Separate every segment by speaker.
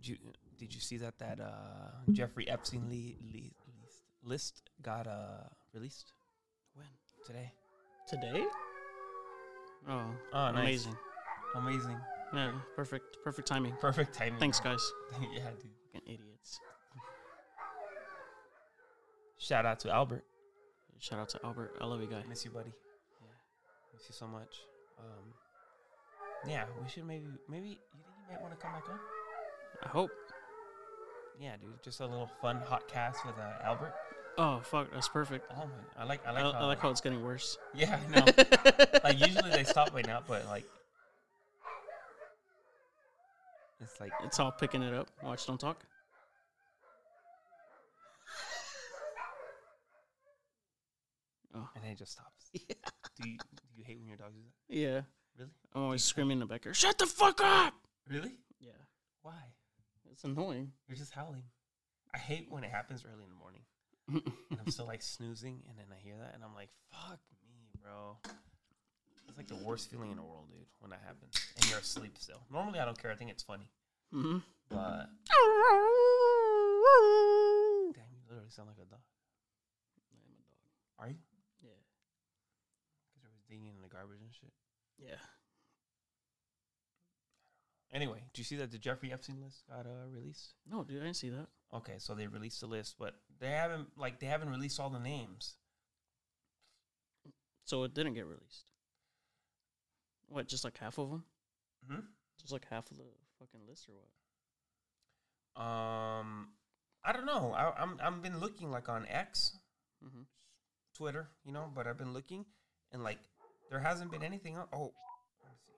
Speaker 1: Did you did you see that that uh, Jeffrey Epstein le- le- least list got uh, released
Speaker 2: When?
Speaker 1: today?
Speaker 2: Today? Oh,
Speaker 1: Oh, nice.
Speaker 2: amazing.
Speaker 1: Amazing,
Speaker 2: Yeah, perfect. Perfect timing.
Speaker 1: perfect timing.
Speaker 2: Thanks, guys.
Speaker 1: yeah, dude.
Speaker 2: Fucking idiots.
Speaker 1: Shout out to Albert.
Speaker 2: Shout out to Albert. I love you, guy.
Speaker 1: Miss you, buddy. Miss you so much. Um, yeah, we should maybe maybe you think you might want to come back on?
Speaker 2: I hope.
Speaker 1: Yeah, dude. Just a little fun hot cast with uh, Albert.
Speaker 2: Oh, fuck. That's perfect.
Speaker 1: Oh man, I like I
Speaker 2: I,
Speaker 1: like,
Speaker 2: I like how it's getting worse.
Speaker 1: yeah I know. like usually they stop right now, but like it's like
Speaker 2: It's all picking it up. Watch, don't talk.
Speaker 1: and then it just stops. Do you do you hate when your dog does that?
Speaker 2: Yeah.
Speaker 1: Really?
Speaker 2: I'm always screaming in the back here, shut the fuck up!
Speaker 1: Really?
Speaker 2: Yeah.
Speaker 1: Why?
Speaker 2: It's annoying.
Speaker 1: You're just howling. I hate when it happens early in the morning. and I'm still like snoozing, and then I hear that, and I'm like, "Fuck me, bro." It's like the worst feeling in the world, dude, when that happens, and you're asleep still. Normally, I don't care. I think it's funny,
Speaker 2: hmm
Speaker 1: but damn, you literally sound like a dog. Are you?
Speaker 2: Yeah.
Speaker 1: Because I was digging in the garbage and shit.
Speaker 2: Yeah.
Speaker 1: Anyway, do you see that the Jeffrey Epstein list got uh, released?
Speaker 2: No, dude, I didn't see that.
Speaker 1: Okay, so they released the list, but they haven't like they haven't released all the names.
Speaker 2: So it didn't get released. What, just like half of them?
Speaker 1: hmm
Speaker 2: Just like half of the fucking list or what?
Speaker 1: Um, I don't know. I, I'm I've been looking like on X,
Speaker 2: Mhm.
Speaker 1: Twitter, you know, but I've been looking and like there hasn't been anything. el- Oh, let me see.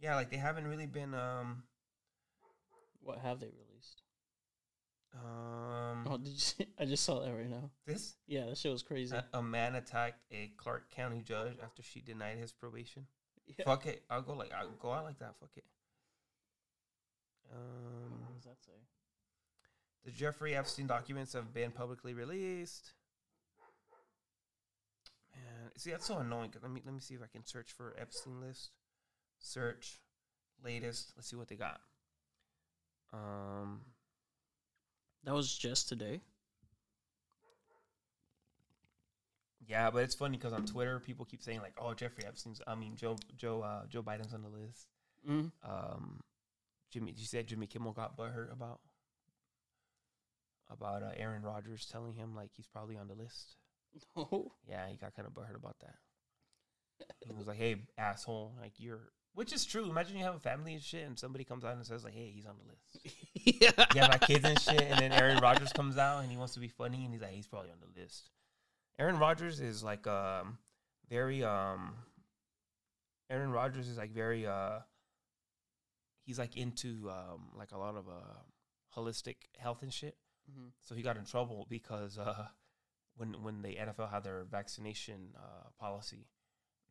Speaker 1: Yeah, like they haven't really been. Um,
Speaker 2: What have they released?
Speaker 1: um,
Speaker 2: Oh, did you see? I just saw that right now.
Speaker 1: this
Speaker 2: Yeah, that shit was crazy.
Speaker 1: a, a man attacked a Clark County judge after she denied his probation.
Speaker 2: Yeah.
Speaker 1: Fuck it, I'll go like I'll go out like that. Fuck it. Um,
Speaker 2: What does that say?
Speaker 1: the Jeffrey Epstein documents have been publicly released. Man, see that's so annoying. 'cause let me let me see if I can search for Epstein list. Search latest. Let's see what they got. Um,
Speaker 2: That was just today.
Speaker 1: yeah, but it's funny because on Twitter people keep saying like, "Oh, Jeffrey Epstein's." I mean, Joe Joe uh, Joe Biden's on the list.
Speaker 2: Mm-hmm.
Speaker 1: Um, Jimmy, you said Jimmy Kimmel got butthurt about about uh, Aaron Rodgers telling him like he's probably on the list.
Speaker 2: No.
Speaker 1: Yeah, he got kind of butthurt about that. He was like, "Hey, asshole, like you're," which is true. Imagine you have a family and shit, and somebody comes out and says like, "Hey, he's on the list."
Speaker 2: yeah.
Speaker 1: You have like kids and shit, and then Aaron Rodgers comes out and he wants to be funny, and he's like, "He's probably on the list." Aaron Rodgers is like um very um. Aaron Rodgers is like very uh. He's like into um like a lot of uh holistic health and shit.
Speaker 2: Mhm.
Speaker 1: So he got in trouble because uh, when when the NFL had their vaccination uh, policy,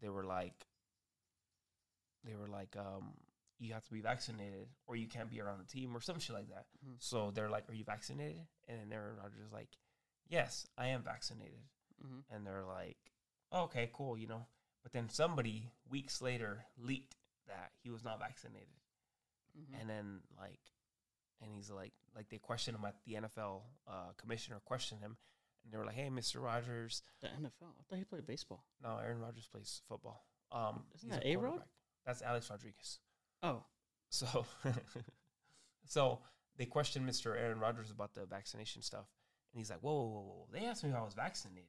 Speaker 1: they were like, they were like, um, you have to be vaccinated or you can't be around the team or some shit like that.
Speaker 2: Mhm.
Speaker 1: So they're like, are you vaccinated? And then Aaron Rodgers is like, yes, I am vaccinated.
Speaker 2: Mhm.
Speaker 1: And they're like, okay, cool, you know. But then somebody weeks later leaked that he was not vaccinated
Speaker 2: Mhm.
Speaker 1: and then like and he's like like they questioned him at the NFL uh, commissioner questioned him and they were like hey Mr. Rogers
Speaker 2: The NFL. I thought he played baseball.
Speaker 1: no Aaron Rodgers plays football um
Speaker 2: Isn't
Speaker 1: he's
Speaker 2: that
Speaker 1: a
Speaker 2: A-Rod?
Speaker 1: quarterback. that's Alex Rodriguez
Speaker 2: Oh.
Speaker 1: so so they questioned Mr. Aaron Rodgers about the vaccination stuff and he's like whoa whoa whoa, whoa. they asked me if I was vaccinated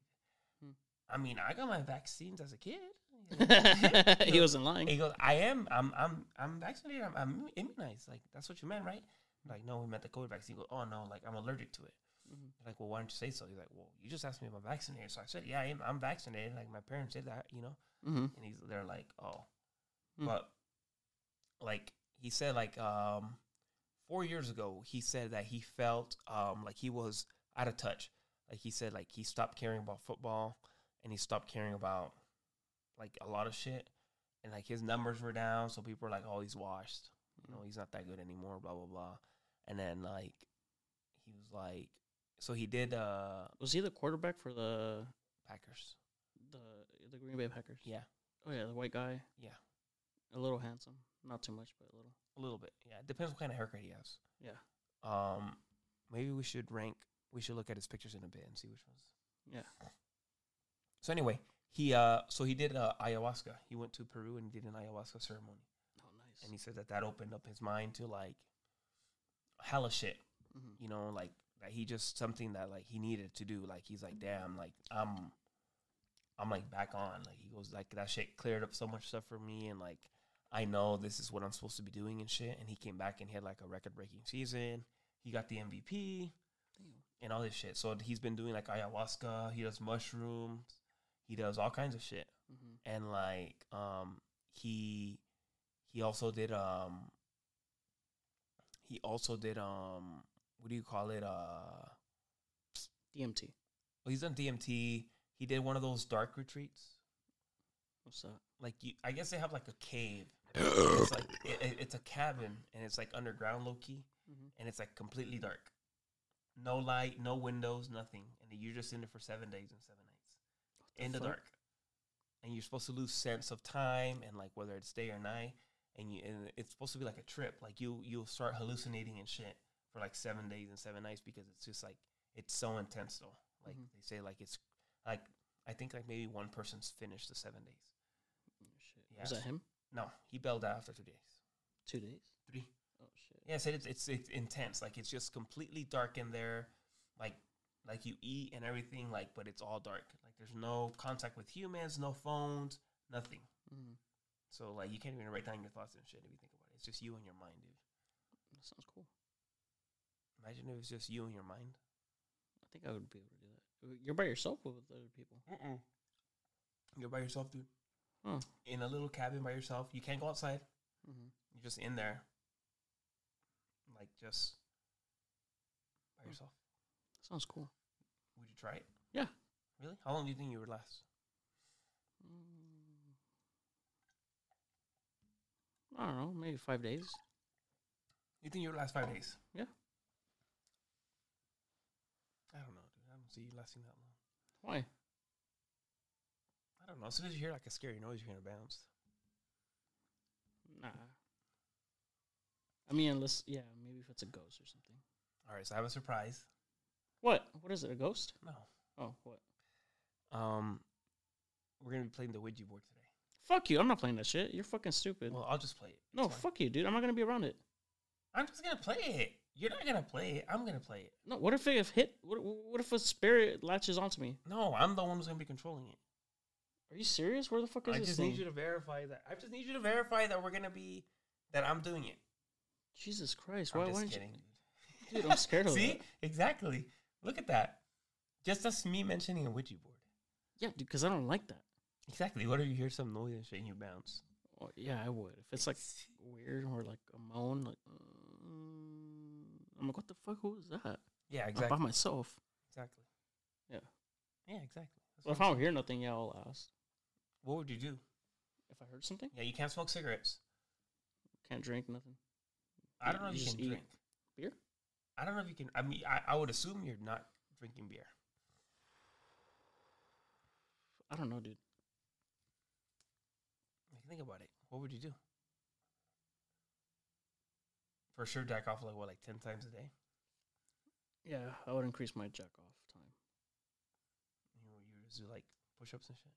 Speaker 2: Hmm.
Speaker 1: I mean I got my vaccines as a kid
Speaker 2: he wasn't lying.
Speaker 1: He goes, I am, I'm, I'm, I'm vaccinated. I'm, I'm immunized. Like that's what you meant, right? I'm like, no, we meant the COVID vaccine. He goes, oh no, like I'm allergic to it.
Speaker 2: Mhm.
Speaker 1: They're Like, well, why didn't you say so? He's like, well, you just asked me if I'm vaccinated, so I said, yeah, I am, I'm vaccinated. Like my parents did that, you know.
Speaker 2: Mm-hmm.
Speaker 1: And he's, they're like, oh,
Speaker 2: Hmm.
Speaker 1: but like he said, like um, four years ago, he said that he felt um like he was out of touch. Like he said, like he stopped caring about football and he stopped caring about like a lot of shit. And like his numbers were down, so people were like, "Oh, he's washed. You know, he's not that good anymore." Blah blah blah. And then like he was like, so he did uh
Speaker 2: Was he the quarterback for the
Speaker 1: Packers.
Speaker 2: the the Green Bay Packers?
Speaker 1: Yeah,
Speaker 2: Oh yeah, the white guy.
Speaker 1: Yeah.
Speaker 2: A little handsome, not too much, but a little.
Speaker 1: a little bit. Yeah, it depends what kind of haircut he has.
Speaker 2: Yeah.
Speaker 1: Um, maybe we should rank. We should look at his pictures in a bit and see which ones.
Speaker 2: Yeah.
Speaker 1: So anyway, he uh, so he did uh, ayahuasca. He went to Peru and did an ayahuasca ceremony,
Speaker 2: Oh, nice.
Speaker 1: and he said that that opened up his mind to like hella shit.
Speaker 2: Mhm.
Speaker 1: You know, like that he just something that like he needed to do. Like he's like, damn, like I'm, I'm like back on. Like he goes like that shit cleared up so much stuff for me, and like I know this is what I'm supposed to be doing and shit. And he came back and he had like a record breaking season. He got the MVP
Speaker 2: Damn.
Speaker 1: and all this shit. So he's been doing like ayahuasca. He does mushrooms. He does all kinds of shit.
Speaker 2: Mhm.
Speaker 1: And like um he he also did um he also did um what do you call it uh oh,
Speaker 2: DMT.
Speaker 1: he's done DMT. He did one of those dark retreats.
Speaker 2: What's that?
Speaker 1: Like you, I guess they have like a cave. it's like it, it- it's a cabin and it's like underground low key
Speaker 2: Mhm.
Speaker 1: and it's like completely dark. No light, no windows, nothing. And you're just in it for seven days and seven nights.
Speaker 2: the
Speaker 1: in the
Speaker 2: fuck?
Speaker 1: dark. And you're supposed to lose sense of time and like whether it's day or night. And you and it's supposed to be like a trip. Like you you'll start hallucinating and shit for like seven days and seven nights because it's just like it's so intense though. Like
Speaker 2: Mhm.
Speaker 1: they say like it's like I think like maybe one person's finished the seven days.
Speaker 2: Oh, shit.
Speaker 1: Yeah.
Speaker 2: Was that him?
Speaker 1: No, he bailed out after two days.
Speaker 2: Two days.
Speaker 1: Three.
Speaker 2: Oh shit.
Speaker 1: Yeah, I said it's, it's it's intense. Like it's just completely dark in there, like like you eat and everything. Like, but it's all dark. Like there's no contact with humans, no phones, nothing.
Speaker 2: Mhm.
Speaker 1: So like you can't even write down your thoughts and shit if you think about it. It's just you and your mind, dude.
Speaker 2: That sounds cool.
Speaker 1: Imagine if it's just you and your mind.
Speaker 2: I think I would be able to do that. Uh, You're by yourself or with other people.
Speaker 1: Mm-mm. You're by yourself, dude.
Speaker 2: Hmm.
Speaker 1: In a little cabin by yourself. You can't go outside.
Speaker 2: Mm-hmm.
Speaker 1: You're just in there, like just by
Speaker 2: Hmm.
Speaker 1: yourself.
Speaker 2: Sounds cool.
Speaker 1: Would you try it?
Speaker 2: Yeah.
Speaker 1: Really? How long do you think you would last?
Speaker 2: Mm. I don't know. Maybe five days.
Speaker 1: You think you would last five days?
Speaker 2: Yeah.
Speaker 1: I don't know, dude. I don't see you lasting that long.
Speaker 2: Why?
Speaker 1: I don't know. As soon as you hear like a scary noise, you're gonna bounce.
Speaker 2: Nah. I mean, unless yeah, maybe if it's a ghost or something.
Speaker 1: All right, so I have a surprise.
Speaker 2: What? What is it? A ghost?
Speaker 1: No.
Speaker 2: Oh, what?
Speaker 1: Um, we're gonna be playing the Ouija board today.
Speaker 2: Fuck you! I'm not playing that shit. You're fucking stupid.
Speaker 1: Well, I'll just play it.
Speaker 2: no,
Speaker 1: It's fine.
Speaker 2: fuck you, dude. I'm not gonna be around it.
Speaker 1: I'm just gonna play it. You're not gonna play it. I'm gonna play it.
Speaker 2: No. What if it if hit? What? What if a spirit latches onto me?
Speaker 1: No, I'm the one who's gonna be controlling it.
Speaker 2: Are you serious? Where the fuck is
Speaker 1: I
Speaker 2: this
Speaker 1: just
Speaker 2: thing?
Speaker 1: need you to verify that. I just need you to verify that we're gonna be that I'm doing it.
Speaker 2: Jesus Christ!
Speaker 1: I'm
Speaker 2: Why?
Speaker 1: just
Speaker 2: Why? didn't you-
Speaker 1: kidding.
Speaker 2: Dude, I'm scared of
Speaker 1: See?
Speaker 2: that.
Speaker 1: Exactly. Look at that. Just us me mentioning a Ouija board.
Speaker 2: Yeah, dude, because I don't like that.
Speaker 1: Exactly. What if you hear some noise and shit and you bounce?
Speaker 2: Well, yeah, I would. If it's like weird or like a moan, like mm, I'm like, what the fuck? Who is that?
Speaker 1: Yeah,
Speaker 2: I'm by
Speaker 1: exactly.
Speaker 2: myself.
Speaker 1: Exactly.
Speaker 2: Yeah.
Speaker 1: Yeah, exactly. That's what,
Speaker 2: Well, if I don't hear nothing, yeah, I'll ask.
Speaker 1: what would you do?
Speaker 2: If I heard something,
Speaker 1: Yeah, you can't smoke cigarettes.
Speaker 2: can't drink nothing.
Speaker 1: I don't know if
Speaker 2: You
Speaker 1: you
Speaker 2: just
Speaker 1: can
Speaker 2: eat
Speaker 1: drink.
Speaker 2: beer?
Speaker 1: I don't know if you can. I mean, I, I would assume you're not drinking beer.
Speaker 2: I don't know, dude.
Speaker 1: Like, think about it. What would you do? For sure, jack off like what, like ten times a day?
Speaker 2: Yeah, I would increase my jack off time.
Speaker 1: You know, you just do like push-ups and shit.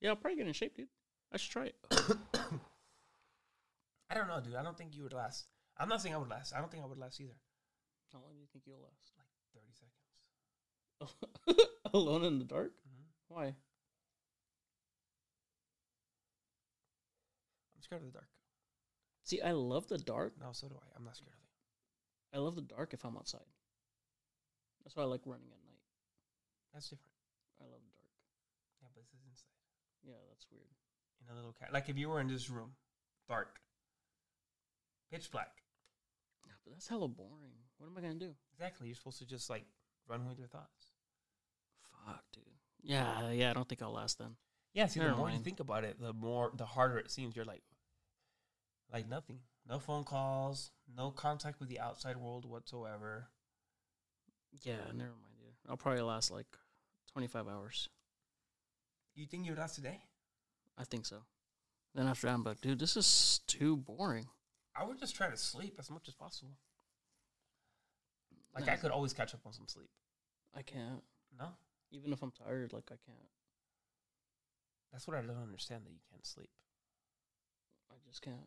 Speaker 2: Yeah, I'll probably get in shape, dude. I should try it.
Speaker 1: I don't know, dude. I don't think you would last. I'm not saying I would last. I don't think I would last either.
Speaker 2: How long do you think you'll last?
Speaker 1: Like thirty seconds.
Speaker 2: Alone in the dark?
Speaker 1: hmm
Speaker 2: Why?
Speaker 1: I'm scared of the dark.
Speaker 2: See, I love the dark.
Speaker 1: No, so do I. I'm not scared of it.
Speaker 2: I love the dark if I'm outside. That's why I like running at night.
Speaker 1: That's different.
Speaker 2: I love the dark.
Speaker 1: Yeah, but this is inside.
Speaker 2: Yeah, that's weird.
Speaker 1: in a little cat. Like if you were in this room, dark, pitch black.
Speaker 2: Yeah, but that's hella boring. What am I gonna do?
Speaker 1: Exactly. You're supposed to just like run with your thoughts.
Speaker 2: Fuck, dude. Yeah, yeah. I don't think I'll last then.
Speaker 1: Yeah. See,
Speaker 2: Never
Speaker 1: the more you
Speaker 2: mind.
Speaker 1: think about it, the more the harder it seems. You're like, like nothing. No phone calls. No contact with the outside world whatsoever.
Speaker 2: Yeah, never mind, dude. I'll probably last like 25 hours.
Speaker 1: You think you would last today?
Speaker 2: I think so. Then after that, I'm like, dude, this is too boring.
Speaker 1: I would just try to sleep as much as possible. Like
Speaker 2: No.
Speaker 1: I could always catch up on some sleep.
Speaker 2: I can't.
Speaker 1: No,
Speaker 2: Even if I'm tired, like I can't.
Speaker 1: that's what I don't understand that you can't sleep.
Speaker 2: I just can't.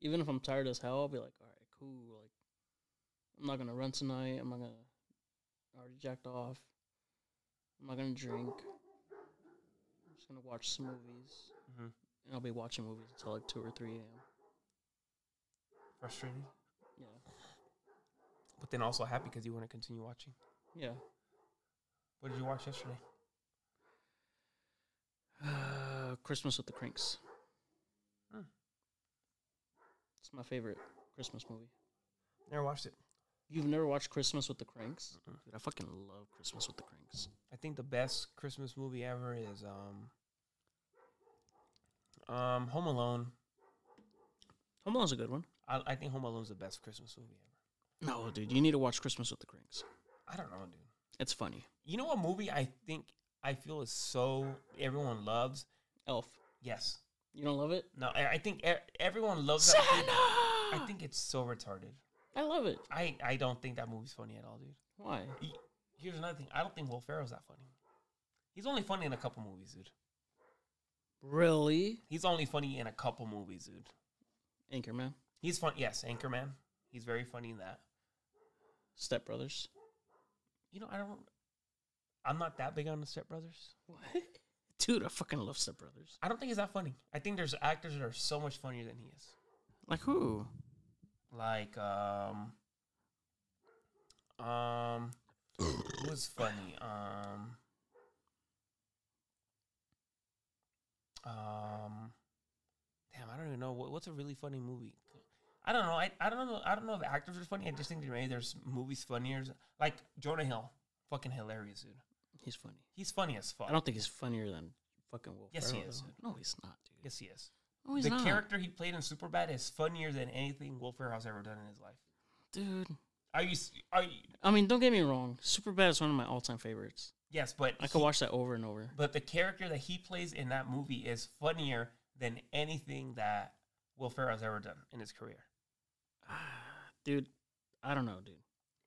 Speaker 2: Even if I'm tired as hell, I'll be like, all right, cool. Like, I'm not gonna run tonight. I'm not gonna. I already jacked off. I'm not gonna drink. I'm just gonna watch some movies,
Speaker 1: Mhm.
Speaker 2: and I'll be watching movies until like two or three a.m.
Speaker 1: Frustrating,
Speaker 2: Yeah,
Speaker 1: but then also happy because you want to continue watching.
Speaker 2: yeah.
Speaker 1: What did you watch yesterday?
Speaker 2: Uh, Christmas with the Cranks.
Speaker 1: Hmm.
Speaker 2: It's my favorite Christmas movie.
Speaker 1: Never watched it.
Speaker 2: You've never watched Christmas with the Cranks?
Speaker 1: Mm-mm.
Speaker 2: Uh-uh. Dude, I fucking love Christmas with the Cranks.
Speaker 1: I think the best Christmas movie ever is um, um Home Alone.
Speaker 2: Home Alone's a good one.
Speaker 1: I, I think Home Alone's the best Christmas movie ever.
Speaker 2: No, dude, you need to watch Christmas with the Cranks.
Speaker 1: I don't know, dude.
Speaker 2: It's funny.
Speaker 1: You know what movie I think I feel is so everyone loves?
Speaker 2: Elf.
Speaker 1: Yes.
Speaker 2: You don't love it?
Speaker 1: No, I, I think e- everyone loves that. movie.
Speaker 2: I,
Speaker 1: I think it's so retarded.
Speaker 2: love it.
Speaker 1: I, I don't think that movie's funny at all, dude.
Speaker 2: Why?
Speaker 1: Here's another thing. I don't think Will Ferrell's that funny. He's only funny in a couple movies, dude.
Speaker 2: Really?
Speaker 1: He's only funny in a couple movies, dude.
Speaker 2: Anchorman.
Speaker 1: He's fun. Yes, Anchorman. He's very funny in that.
Speaker 2: Step Brothers.
Speaker 1: You know, I don't. I'm not that big on the Step Brothers.
Speaker 2: What? Dude, I fucking love Step Brothers.
Speaker 1: I don't think he's that funny. I think there's actors that are so much funnier than he is.
Speaker 2: Like who?
Speaker 1: Like um, um, who was funny? Um, um, damn, I don't even know what, what's a really funny movie. I don't know. I, I don't know. I don't know if actors are funny. I just think that maybe there's movies funnier. Like Jonah Hill, fucking hilarious, dude.
Speaker 2: He's funny.
Speaker 1: He's funny as fuck.
Speaker 2: I don't think he's funnier than fucking Will
Speaker 1: Yes, he
Speaker 2: Ferrell,
Speaker 1: is,
Speaker 2: though.
Speaker 1: dude.
Speaker 2: No, he's not, dude.
Speaker 1: Yes, he is.
Speaker 2: No, he's
Speaker 1: the
Speaker 2: not.
Speaker 1: character he played in Superbad is funnier than anything Will Ferrell's ever done in his life.
Speaker 2: Dude.
Speaker 1: Are you? s- Are you?
Speaker 2: I mean, don't get me wrong. Superbad is one of my all-time favorites.
Speaker 1: Yes, but
Speaker 2: I could watch that over and over.
Speaker 1: But the character that he plays in that movie is funnier than anything that Will Ferrell's ever done in his career. Ah,
Speaker 2: dude, I don't know, dude.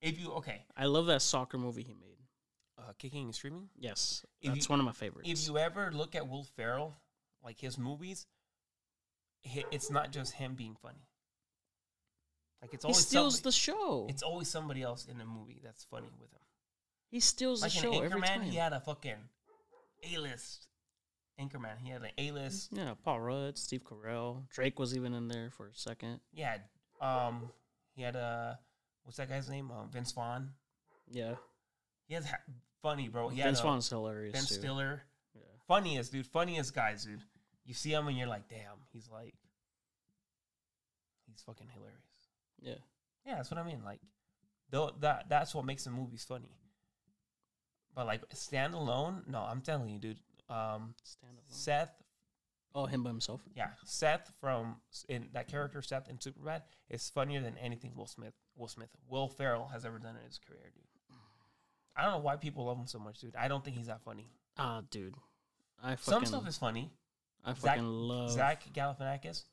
Speaker 1: If you okay,
Speaker 2: I love that soccer movie he made.
Speaker 1: uh, kicking and screaming.
Speaker 2: Yes,
Speaker 1: If
Speaker 2: that's
Speaker 1: you-
Speaker 2: one of my favorites.
Speaker 1: If you ever look at Will Ferrell, like his movies, hi- it's not just him being funny. Like it's
Speaker 2: he
Speaker 1: always
Speaker 2: steals
Speaker 1: somebody,
Speaker 2: the show.
Speaker 1: it's always somebody else in the movie that's funny with him.
Speaker 2: He steals
Speaker 1: Like
Speaker 2: the
Speaker 1: in
Speaker 2: show every
Speaker 1: Anchorman,
Speaker 2: time.
Speaker 1: he had a fucking A list. Anchorman, he had an A list.
Speaker 2: Yeah, Paul Rudd, Steve Carell, Drake was even in there for a second.
Speaker 1: Yeah, um, he had a what's that guy's name? Uh, Vince Vaughn.
Speaker 2: Yeah,
Speaker 1: He has ha- funny, bro. He
Speaker 2: Vince
Speaker 1: had, uh,
Speaker 2: Vaughn's hilarious
Speaker 1: Ben
Speaker 2: too.
Speaker 1: Stiller.
Speaker 2: Yeah.
Speaker 1: Funniest dude, funniest guys, dude. You see him and you're like, damn, he's like, he's fucking hilarious.
Speaker 2: yeah,
Speaker 1: Yeah, that's what I mean. Like, though that that's what makes the movies funny. But like standalone, no, I'm telling you, dude. Um,
Speaker 2: stand up.
Speaker 1: Seth,
Speaker 2: Oh, him by himself.
Speaker 1: yeah, Seth from in that character Seth in Superbad is funnier than anything Will Smith, Will Smith, Will Ferrell has ever done in his career, dude. I don't know why people love him so much, dude. I don't think he's that funny.
Speaker 2: Ah, dude, I
Speaker 1: Some
Speaker 2: fucking,
Speaker 1: stuff is funny.
Speaker 2: I
Speaker 1: Zach-
Speaker 2: fucking love.
Speaker 1: Zach Galifianakis,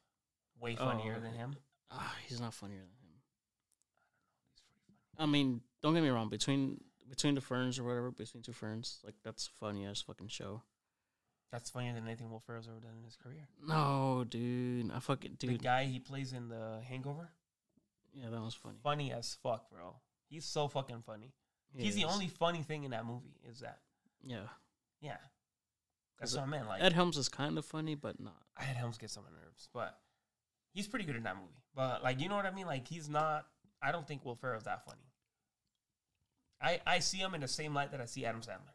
Speaker 1: way
Speaker 2: Oh,
Speaker 1: funnier than him.
Speaker 2: Ah, he's not funnier than him. I mean, don't get me wrong. Between between the ferns or whatever, between two ferns, like that's funny as fucking show.
Speaker 1: That's funnier than anything Will Ferrell's ever done in his career.
Speaker 2: No, dude, I fucking
Speaker 1: The
Speaker 2: dude.
Speaker 1: guy he plays in The Hangover,
Speaker 2: yeah, that was funny.
Speaker 1: funny as fuck, bro. He's so fucking funny.
Speaker 2: He
Speaker 1: He's the
Speaker 2: is.
Speaker 1: only funny thing in that movie. Is that?
Speaker 2: Yeah,
Speaker 1: Yeah, that's
Speaker 2: Is it-
Speaker 1: what I meant. Like
Speaker 2: Ed Helms is kind of funny, but not.
Speaker 1: I had Helms get some nerves, but he's pretty good in that movie. But like, you know what I mean? Like, he's not. I don't think Will Ferrell's that funny. I I see him in the same light that I see Adam Sandler.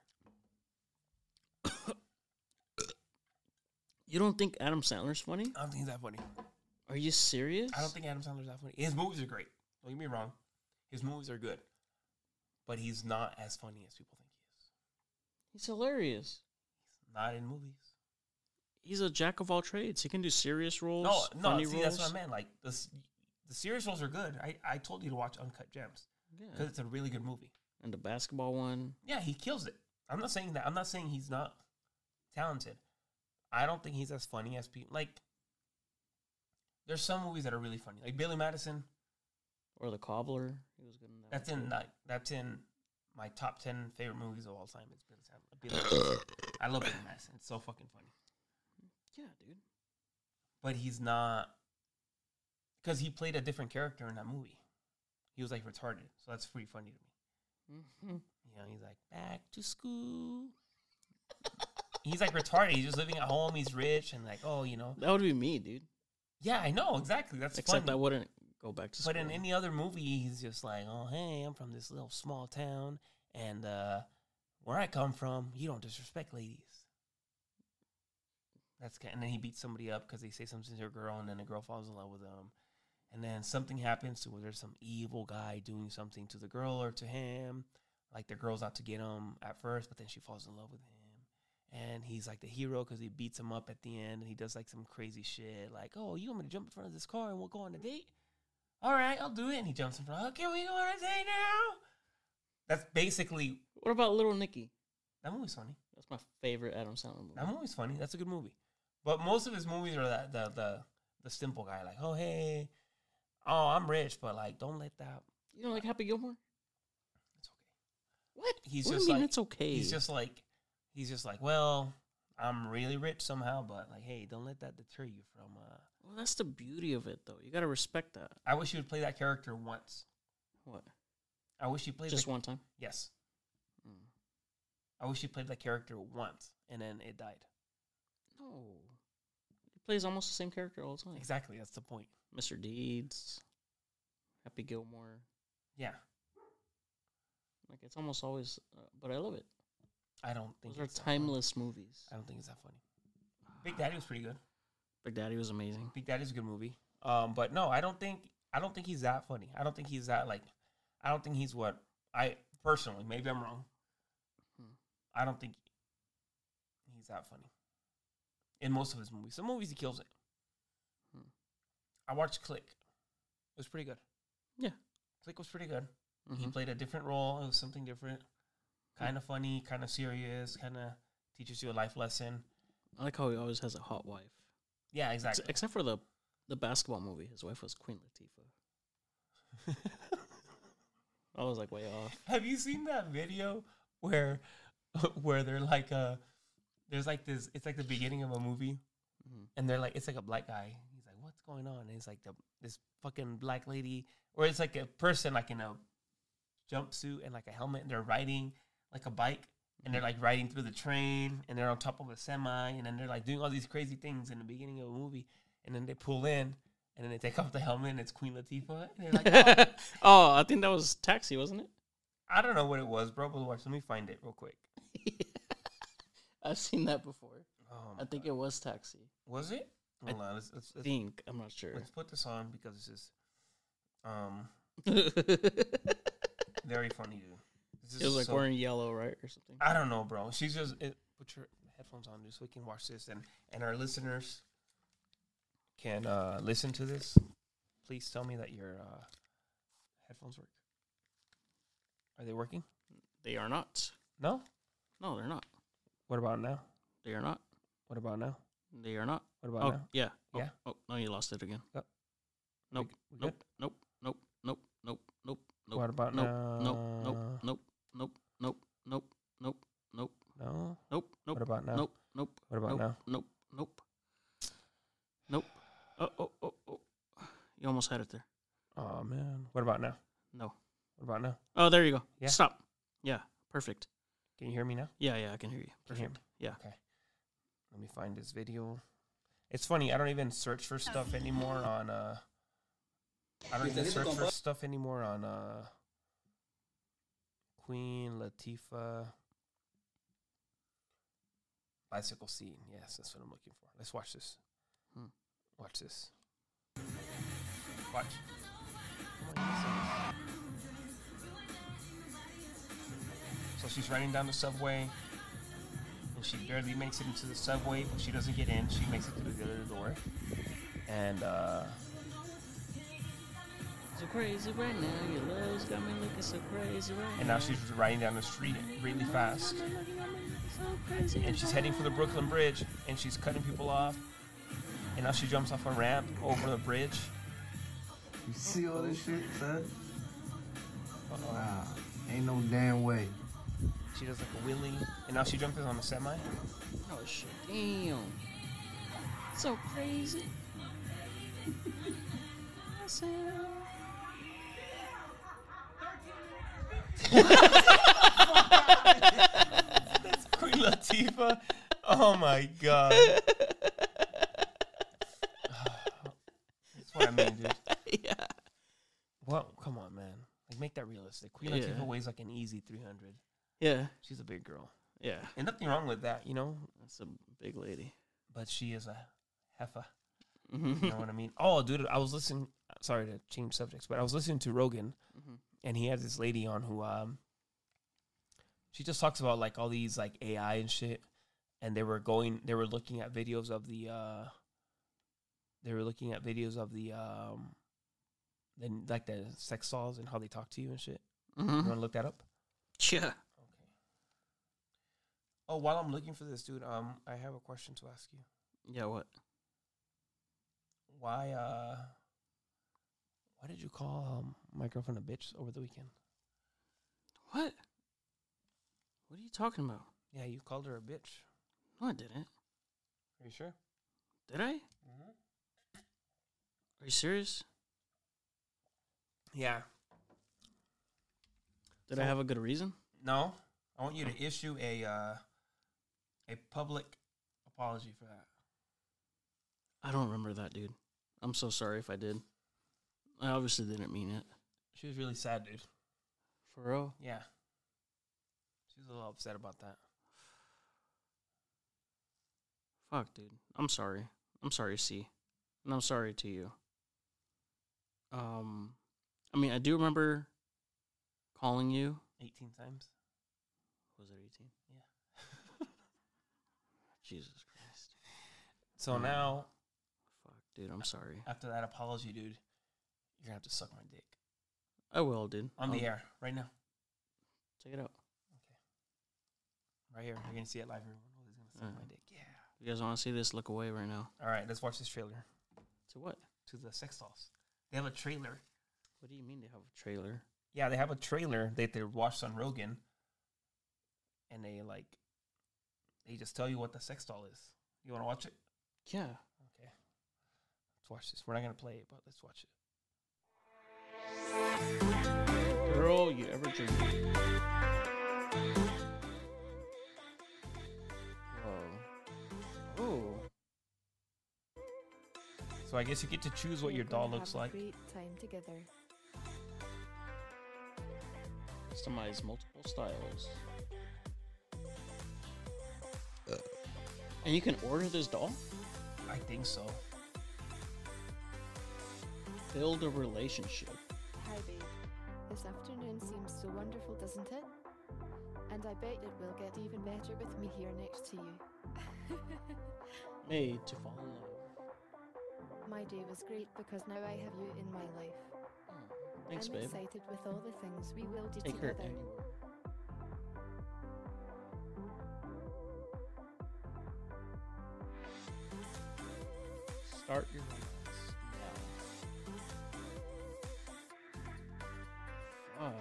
Speaker 2: You don't think Adam Sandler's funny?
Speaker 1: I don't think he's that funny.
Speaker 2: Are you serious?
Speaker 1: I don't think Adam Sandler's that funny. His movies are great. Don't get me wrong. His movies are good. But he's not as funny as people think he is.
Speaker 2: he's hilarious.
Speaker 1: He's not in movies.
Speaker 2: He's a jack of all trades. He can do serious roles,
Speaker 1: No, no,
Speaker 2: funny
Speaker 1: see,
Speaker 2: roles.
Speaker 1: that's what I meant. Like, the, s- the serious roles are good. I, I told you to watch Uncut Gems
Speaker 2: Yeah.
Speaker 1: because it's a really good movie.
Speaker 2: And the basketball one.
Speaker 1: Yeah, he kills it. I'm not saying that. I'm not saying he's not talented. I don't think he's as funny as people. Like, There's some movies that are really funny, like Billy Madison.
Speaker 2: Or the cobbler. He was good in that.
Speaker 1: That's
Speaker 2: one,
Speaker 1: in
Speaker 2: too.
Speaker 1: like that's in my top ten favorite movies of all time. It's Billy Madison. Billy Madison. I love Billy Madison. It's so fucking funny.
Speaker 2: Yeah, dude.
Speaker 1: But he's not because he played a different character in that movie. He was like retarded, so that's pretty funny to me.
Speaker 2: Mm-hmm.
Speaker 1: You know, he's like back to school. he's like retarded. He's just living at home. He's rich and like, oh, you know.
Speaker 2: That would be me, dude.
Speaker 1: Yeah, I know exactly. That's
Speaker 2: Except
Speaker 1: funny.
Speaker 2: I wouldn't go back to school.
Speaker 1: But in any other movie, he's just like, oh, hey, I'm from this little small town, and uh, where I come from, you don't disrespect ladies. That's kind and then he beats somebody up because they say something to a girl, and then the girl falls in love with him. And then something happens to where there's some evil guy doing something to the girl or to him. Like the girl's out to get him at first, but then she falls in love with him. And he's like the hero because he beats him up at the end. And he does like some crazy shit, like, oh, you want me to jump in front of this car and we'll go on a date? all right, I'll do it. And he jumps in front. Okay, we go on a date now. That's basically
Speaker 2: what about Little Nicky?
Speaker 1: that movie's funny.
Speaker 2: That's my favorite Adam Sandler movie.
Speaker 1: That movie's funny. That's a good movie. But most of his movies are that the the the simple guy, like, oh hey, oh I'm rich, but like don't let that.
Speaker 2: you don't like Happy Gilmore?
Speaker 1: It's okay.
Speaker 2: What?
Speaker 1: He's
Speaker 2: what do
Speaker 1: just
Speaker 2: you mean
Speaker 1: like-
Speaker 2: it's okay?
Speaker 1: He's just like, he's just like, well, I'm really rich somehow, but like, hey, don't let that deter you from. uh
Speaker 2: Well, that's the beauty of it, though. You gotta respect that.
Speaker 1: I wish you would play that character once.
Speaker 2: What?
Speaker 1: I wish you played
Speaker 2: Just
Speaker 1: the,
Speaker 2: one time.
Speaker 1: Yes,
Speaker 2: Mm.
Speaker 1: I wish you played that character once, and then it died.
Speaker 2: No. He plays almost the same character all the time.
Speaker 1: Exactly, that's the point.
Speaker 2: Mr. Deeds, Happy Gilmore.
Speaker 1: Yeah,
Speaker 2: Like it's almost always, uh, but I love it.
Speaker 1: I don't think
Speaker 2: Those are
Speaker 1: it's that funny.
Speaker 2: timeless movies.
Speaker 1: I don't think it's that funny. Big Daddy was pretty good.
Speaker 2: Big Daddy was amazing.
Speaker 1: Big Daddy's a good movie. Um, but no, I don't think I don't think he's that funny. I don't think he's that like I don't think he's what I personally, maybe I'm wrong.
Speaker 2: Hmm.
Speaker 1: I don't think he's that funny. In most of his movies. Some movies he kills it.
Speaker 2: Hmm.
Speaker 1: I watched Click. It was pretty good.
Speaker 2: Yeah.
Speaker 1: Click was pretty good. He
Speaker 2: Mhm.
Speaker 1: played a different role. It was something different. Kind of funny, kind of serious, kind of teaches you a life lesson.
Speaker 2: I like how he always has a hot wife,
Speaker 1: Yeah,
Speaker 2: Ex-
Speaker 1: exactly.
Speaker 2: except for the the basketball movie. His wife was Queen Latifah. I was like way off.
Speaker 1: Have you seen that video where where they're like uh there's like this it's like the beginning of a movie
Speaker 2: Mhm.
Speaker 1: and they're like it's like a black guy. He's like, What's going on? And it's like the this fucking black lady or it's like a person like in a jumpsuit and like a helmet and they're riding like a bike and they're like riding through the train and they're on top of a semi and then they're like doing all these crazy things in the beginning of a movie and then they pull in and then they take off the helmet and it's Queen Latifah and they're like
Speaker 2: oh, I think that was Taxi, wasn't
Speaker 1: I don't know what it was, bro, but watch, let me find it real quick.
Speaker 2: it? I've seen that before.
Speaker 1: Oh
Speaker 2: I
Speaker 1: my
Speaker 2: think
Speaker 1: God.
Speaker 2: it was Taxi.
Speaker 1: was it.
Speaker 2: I
Speaker 1: Hold on, let's let's,
Speaker 2: I
Speaker 1: let's,
Speaker 2: think I'm not sure.
Speaker 1: let's put this on because this is um very funny, dude. This is
Speaker 2: it was like
Speaker 1: so-
Speaker 2: wearing yellow, right, or something.
Speaker 1: I don't know, bro. She's just it, put your headphones on, dude, so we can watch this and and our listeners can uh listen to this. Please tell me that your uh headphones work. Are they working?
Speaker 2: They are not.
Speaker 1: No.
Speaker 2: No, they're not.
Speaker 1: What about now?
Speaker 2: They are not.
Speaker 1: What about now?
Speaker 2: They are not.
Speaker 1: What about
Speaker 2: Oh
Speaker 1: now?
Speaker 2: yeah. Oh,
Speaker 1: Yeah.
Speaker 2: Oh no, you lost it again.
Speaker 1: Yep.
Speaker 2: Nope.
Speaker 1: We, we
Speaker 2: Nope.
Speaker 1: good?
Speaker 2: Nope. Nope. Nope. Nope. Nope. Nope.
Speaker 1: What about
Speaker 2: nope,
Speaker 1: now?
Speaker 2: Nope. Nope. Nope. Nope. Nope. Nope. Nope. Nope.
Speaker 1: No.
Speaker 2: Nope.
Speaker 1: What
Speaker 2: Nope.
Speaker 1: about now?
Speaker 2: Nope. Nope.
Speaker 1: What about
Speaker 2: nope,
Speaker 1: now?
Speaker 2: Nope. Nope. Nope. Oh, oh, oh, oh. You almost had it there.
Speaker 1: Oh man. What about now?
Speaker 2: No.
Speaker 1: What about now?
Speaker 2: Oh, there you go.
Speaker 1: Yeah.
Speaker 2: Stop. Yeah. Perfect.
Speaker 1: Can you hear me now?
Speaker 2: Yeah, yeah, I can hear you.
Speaker 1: Can you hear
Speaker 2: Perfect. Yeah.
Speaker 1: Let me find this video. It's funny. I don't even search for stuff anymore on. uh I don't even search for stuff anymore on uh Queen Latifah bicycle scene. Yes, that's what I'm looking for. Let's watch this.
Speaker 2: Hmm.
Speaker 1: Watch this. Watch. Oh my goodness. So she's riding down the subway and she barely makes it into the subway, but she doesn't get in. She makes it through the other door, and uh,
Speaker 2: So crazy right now. Your love's got me looking so crazy right
Speaker 1: and now she's riding down the street really fast, and she's heading for the Brooklyn Bridge, and she's cutting people off, You know, she jumps off a ramp over the bridge.
Speaker 3: You see all this shit, son?
Speaker 1: Uh-oh.
Speaker 3: Nah, ain't no damn way.
Speaker 1: She does like a wheelie, and now she jumps on a semi.
Speaker 2: Oh shit! Damn. So crazy.
Speaker 1: Queen Latifah. Oh my god. That's what I mean, dude.
Speaker 2: yeah.
Speaker 1: Well, come on, man. Like, make that realistic. Queen
Speaker 2: Yeah.
Speaker 1: Latifah weighs like an easy 300.
Speaker 2: Yeah.
Speaker 1: She's a big girl,
Speaker 2: Yeah.
Speaker 1: and nothing wrong with that, you know.
Speaker 2: That's a big lady.
Speaker 1: But she is a heifer.
Speaker 2: Mhm.
Speaker 1: You know what I mean? Oh, dude, I was listening. Sorry to change subjects, but I was listening to Rogan,
Speaker 2: Mhm.
Speaker 1: and he has this lady on who um she just talks about like all these like AI and shit and they were going they were looking at videos of the uh they were looking at videos of the um then like the sex dolls and how they talk to you and shit. You
Speaker 2: Mhm.
Speaker 1: want to look that up?
Speaker 2: Yeah.
Speaker 1: Okay. Oh, while I'm looking for this dude, um I have a question to ask you.
Speaker 2: Yeah. What?
Speaker 1: Why uh why did you call um my girlfriend a bitch over the weekend?
Speaker 2: What? What are you talking about?
Speaker 1: Yeah, you called her a bitch.
Speaker 2: No, I didn't.
Speaker 1: Are you sure?
Speaker 2: Did I?
Speaker 1: Mhm.
Speaker 2: Are you serious?
Speaker 1: Yeah.
Speaker 2: Did I
Speaker 1: So-
Speaker 2: have a good reason?
Speaker 1: No, I want you to issue a uh, a public apology for that.
Speaker 2: I don't remember that, dude. I'm so sorry if I did. I obviously didn't mean it.
Speaker 1: She was really sad, dude.
Speaker 2: For real?
Speaker 1: Yeah, she was a little upset about that.
Speaker 2: Fuck, dude. I'm sorry. I'm sorry, C. And I'm sorry to you. Um, I mean, I do remember calling you.
Speaker 1: Eighteen times.
Speaker 2: Was it 18?
Speaker 1: Yeah.
Speaker 2: Jesus Christ.
Speaker 1: So now,
Speaker 2: Fuck, dude. I'm sorry.
Speaker 1: after that apology, dude, you're gonna have to suck my dick
Speaker 2: I will, dude.
Speaker 1: on the
Speaker 2: I'll
Speaker 1: air right now,
Speaker 2: Check it out.
Speaker 1: right here. You're gonna see it live. Everyone, oh, he's gonna suck my
Speaker 2: Mhm.
Speaker 1: dick. Yeah.
Speaker 2: You guys want to see this? Look away right now.
Speaker 1: All right, let's watch this trailer
Speaker 2: To what?
Speaker 1: to the sex dolls. They have a trailer.
Speaker 2: What do you mean they have a trailer?
Speaker 1: Yeah, they have a trailer that they watched on Rogan, and they like, they just tell you what the sex doll is. You want to watch it?
Speaker 2: Yeah.
Speaker 1: Let's watch this. We're not gonna play it, but let's watch it.
Speaker 2: Girl, you ever dream? Whoa. Ooh.
Speaker 1: So I guess you get to choose what
Speaker 4: We're
Speaker 1: your doll
Speaker 4: gonna
Speaker 1: looks
Speaker 4: have a
Speaker 1: like.
Speaker 4: Great time together.
Speaker 2: Customize multiple styles. And you can order this doll?
Speaker 1: I think so.
Speaker 2: Build a relationship.
Speaker 4: Hi, babe. This afternoon seems so wonderful, doesn't it? And I bet it will get even better with me here next to you.
Speaker 2: Made to fall in love.
Speaker 4: My day was great because now I have you in my life.
Speaker 2: Oh, Thanks,
Speaker 4: I'm
Speaker 2: babe.
Speaker 4: excited with all the things we will do
Speaker 2: Take her
Speaker 4: together.
Speaker 2: anywhere. Start your romance now. Fuck.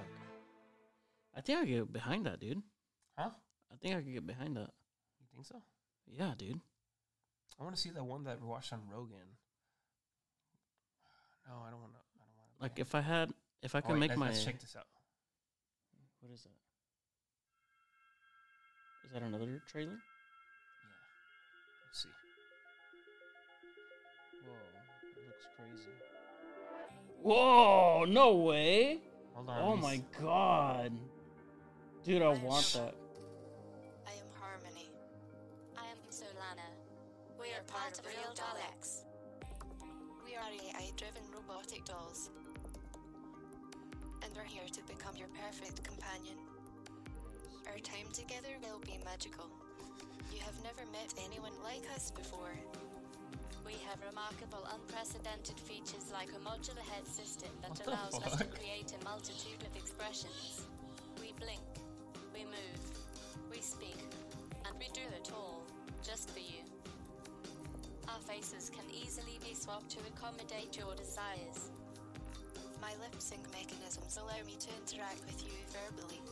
Speaker 2: I think I could get behind that, dude.
Speaker 1: Huh?
Speaker 2: I think I could get behind that.
Speaker 1: You think so?
Speaker 2: Yeah, dude.
Speaker 1: I want to see that one that we watched on Rogan. No, I don't want to. I don't want to.
Speaker 2: Like if I had, if I could make
Speaker 1: let's,
Speaker 2: my.
Speaker 1: Let's check this out.
Speaker 2: What is that? Is that another trailer?
Speaker 1: Yeah. Let's see.
Speaker 2: Whoa, it looks crazy. Whoa, no way!
Speaker 1: Hold on.
Speaker 2: Oh
Speaker 1: let me
Speaker 2: my
Speaker 1: s-
Speaker 2: god. Dude, I want that.
Speaker 5: I am Harmony. I am Solana. We are part of Real Daleks. We are AI driven robotic dolls. And we're here to become your perfect companion. Our time together will be magical. You have never met anyone like us before. We have remarkable, unprecedented features like a modular head system that
Speaker 1: What the
Speaker 5: allows us to
Speaker 1: fuck?
Speaker 5: create a multitude of expressions. We blink, we move, we speak, and we do it all just for you. Our faces can easily be swapped to accommodate your desires. My lip sync mechanisms allow me to interact with you verbally.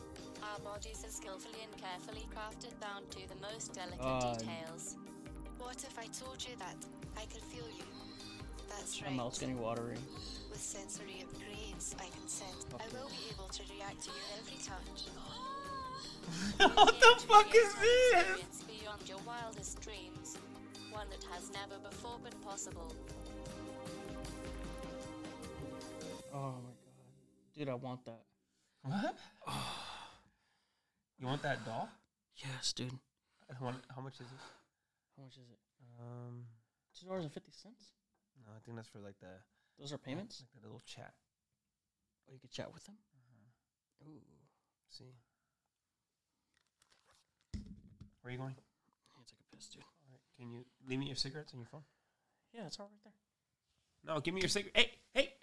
Speaker 5: Our bodies are skillfully and carefully crafted down to the most delicate
Speaker 2: Ah, and-
Speaker 5: details. What if I told you that I could feel you? That's
Speaker 2: My
Speaker 5: right.
Speaker 2: mouth's getting watery.
Speaker 5: With sensory upgrades, I can sense I will be able to react to your every touch.
Speaker 1: what the fuck is this?
Speaker 5: Experience beyond your wildest dreams, one that has never before been possible.
Speaker 2: Oh my god, dude, I want that.
Speaker 1: What? you want that doll?
Speaker 2: Yes, dude.
Speaker 1: I want, how much is it?
Speaker 2: How much is it?
Speaker 1: Um,
Speaker 2: Two dollars and fifty cents.
Speaker 1: no, I think that's for like the like-
Speaker 2: Those are payments.
Speaker 1: like the little chat.
Speaker 2: Oh, you could chat with them. Ooh,
Speaker 1: See, where are you going?
Speaker 2: I need to take a piss, dude.
Speaker 1: All right, can you leave me your cigarettes and your phone?
Speaker 2: Yeah, it's all right there.
Speaker 1: No, give me your cigarette. Hey, hey,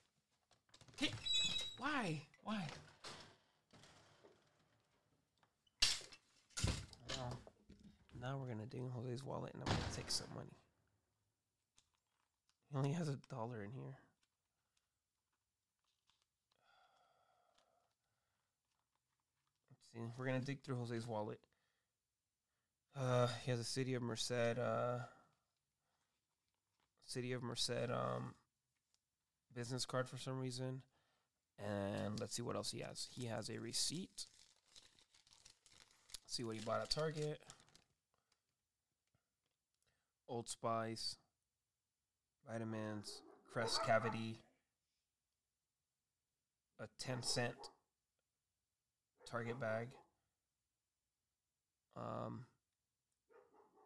Speaker 1: hey! Why? Why? Oh, now we're gonna dig in Jose's wallet and I'm gonna take some money. He only has a dollar in here. Let's see. We're gonna dig through Jose's wallet. Uh, he has a city of Merced. Uh, city of Merced. Um, business card for some reason. And let's see what else he has. He has a receipt. see what he bought at Target. Old Spice. Vitamins. Crest cavity. A 10 cent Target bag. Um,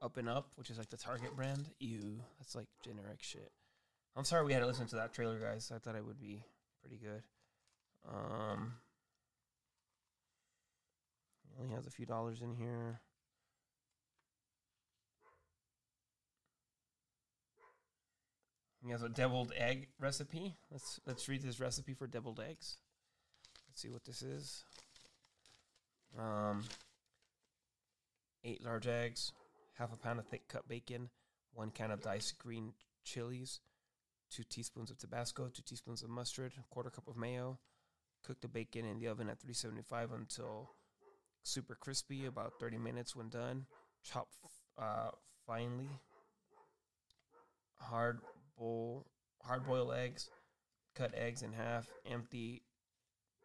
Speaker 1: up and Up, which is like the Target brand. Ew, that's like generic shit. I'm sorry we had to listen to that trailer, guys. I thought it would be pretty good. Um, he only has a few dollars in here. He has a deviled egg recipe. Let's let's read this recipe for deviled eggs. Let's see what this is. Um, eight large eggs, half a pound of thick cut bacon, one can of diced green chilies, two teaspoons of Tabasco, two teaspoons of mustard, a quarter cup of mayo. Cook the bacon in the oven at 375 until super crispy, about 30 minutes when done. Chop uh, finely. Hard boil hard boil eggs. Cut eggs in half. Empty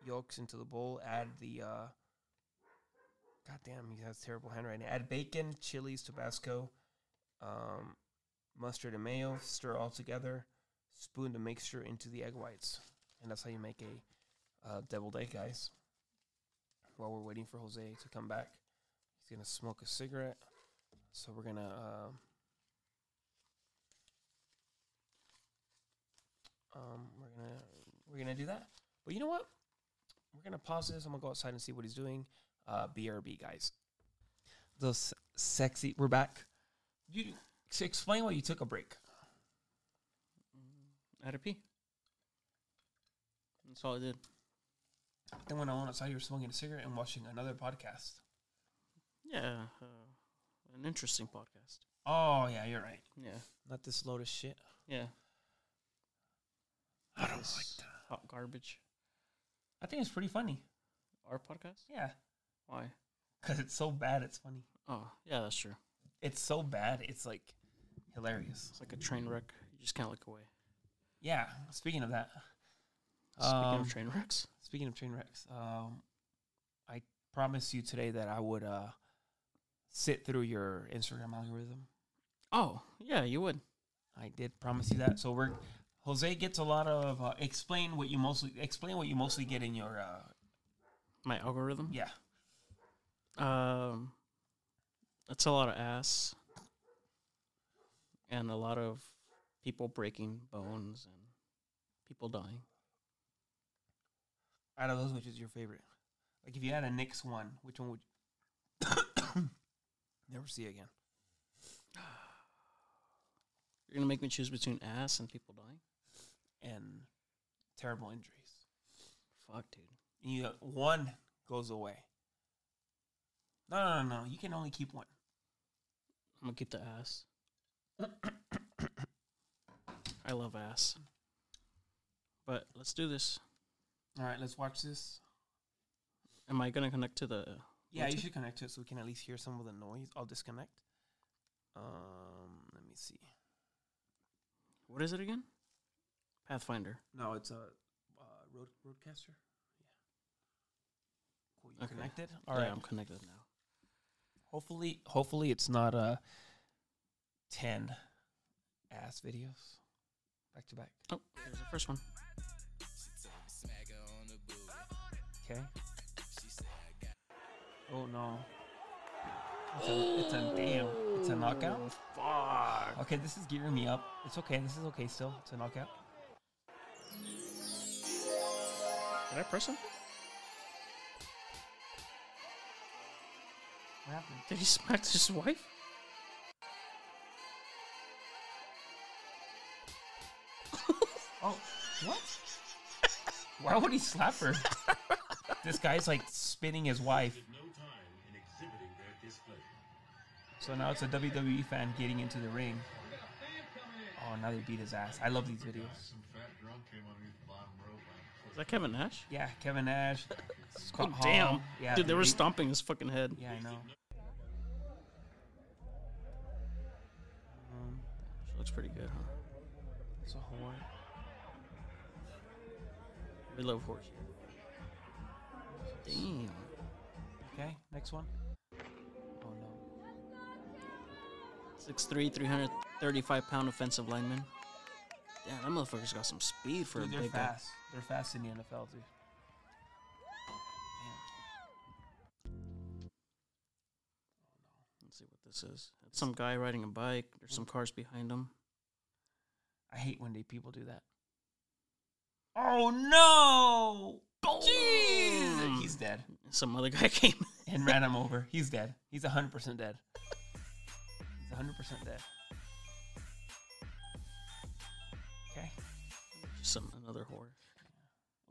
Speaker 1: yolks into the bowl. Add the uh, God damn, he has terrible handwriting. Add bacon, chilies, Tabasco, um, mustard, and mayo. Stir all together. Spoon the mixture into the egg whites, and that's how you make a uh, deviled egg, guys. While we're waiting for Jose to come back, he's gonna smoke a cigarette. So we're gonna. um um, we're gonna we're gonna do that. But you know what? We're gonna pause this. I'm gonna go outside and see what he's doing uh, BRB guys. Those sexy. We're back. You s- explain why you took a break.
Speaker 2: I had Mm-hmm. a pee. That's all I did.
Speaker 1: Then when I went outside, you were smoking a cigarette and watching another podcast.
Speaker 2: Yeah, uh, an interesting podcast.
Speaker 1: Oh yeah, you're right.
Speaker 2: Yeah,
Speaker 1: Not this load of shit.
Speaker 2: yeah.
Speaker 1: I don't
Speaker 2: It's
Speaker 1: like that.
Speaker 2: Hot garbage.
Speaker 1: I think it's pretty funny.
Speaker 2: Our podcast?
Speaker 1: Yeah,
Speaker 2: Why?
Speaker 1: because it's so bad, it's funny.
Speaker 2: Oh, yeah, that's true.
Speaker 1: It's so bad, it's like hilarious.
Speaker 2: It's like a train wreck. You just can't look away.
Speaker 1: Yeah. Speaking of that,
Speaker 2: Speaking
Speaker 1: Um,
Speaker 2: of train wrecks,
Speaker 1: Speaking of train wrecks, um, I promised you today that I would uh, sit through your Instagram algorithm.
Speaker 2: oh yeah, you would.
Speaker 1: I did promise you that. So we're Jose gets a lot of uh, explain what you mostly explain what you mostly get in your uh,
Speaker 2: My algorithm.
Speaker 1: yeah.
Speaker 2: Um, it's a lot of ass, and a lot of people breaking bones and people dying.
Speaker 1: Out of those, which is your favorite? Like if you had a Knicks one, which one would you never see again?
Speaker 2: You're gonna make me choose between ass and people dying.
Speaker 1: And terrible injuries.
Speaker 2: Fuck, dude.
Speaker 1: And you one goes away. No, no, no, no. You can only keep one.
Speaker 2: I'm gonna keep the ass. I love ass. But let's do this.
Speaker 1: All right, let's watch this.
Speaker 2: Am I gonna connect to the?
Speaker 1: Yeah, you
Speaker 2: Bluetooth?
Speaker 1: should connect to it so we can at least hear some of the noise. I'll disconnect. Um, let me see.
Speaker 2: What is it again? Pathfinder.
Speaker 1: No, it's a uh, road roadcaster. Yeah. Cool. You
Speaker 2: Okay.
Speaker 1: connected?
Speaker 2: All
Speaker 1: All right.
Speaker 2: I'm connected now.
Speaker 1: Hopefully, hopefully it's not uh ten ass videos back to back.
Speaker 2: Oh, here's the first one.
Speaker 1: Okay. Oh no. It's a, it's a damn. It's a knockout.
Speaker 2: Fuck.
Speaker 1: Okay, this is gearing me up. It's okay. This is okay still. It's a knockout.
Speaker 2: Did I press him?
Speaker 1: What happened?
Speaker 2: Did he smack his wife?
Speaker 1: Oh, what? Why would he slap her? this guy's like spinning his wife. So now it's a WWE fan getting into the ring. Oh, now they beat his ass. I love these videos.
Speaker 2: Is that Kevin Nash?
Speaker 1: Yeah, Kevin Nash. Scott
Speaker 2: oh
Speaker 1: Hall.
Speaker 2: damn!
Speaker 1: Yeah,
Speaker 2: Dude, they were
Speaker 1: they-
Speaker 2: stomping his fucking head.
Speaker 1: Yeah, I know. Um,
Speaker 2: She looks pretty good, huh?
Speaker 1: it's a whore.
Speaker 2: We love horse. Damn.
Speaker 1: Okay, next one. Oh no.
Speaker 2: 6'3", 335 pound offensive lineman. Damn, that motherfucker's got some speed for
Speaker 1: Dude,
Speaker 2: a
Speaker 1: they're
Speaker 2: big guy.
Speaker 1: fast. They're fast in the NFL, dude. Damn.
Speaker 2: Let's see what this is. It's some guy riding a bike. There's some cars behind him.
Speaker 1: I hate when they people do that. Oh no! Jesus, he's dead
Speaker 2: Some other guy came.
Speaker 1: and ran him over. He's dead. He's hundred percent dead. He's hundred percent dead. Okay.
Speaker 2: some another whore.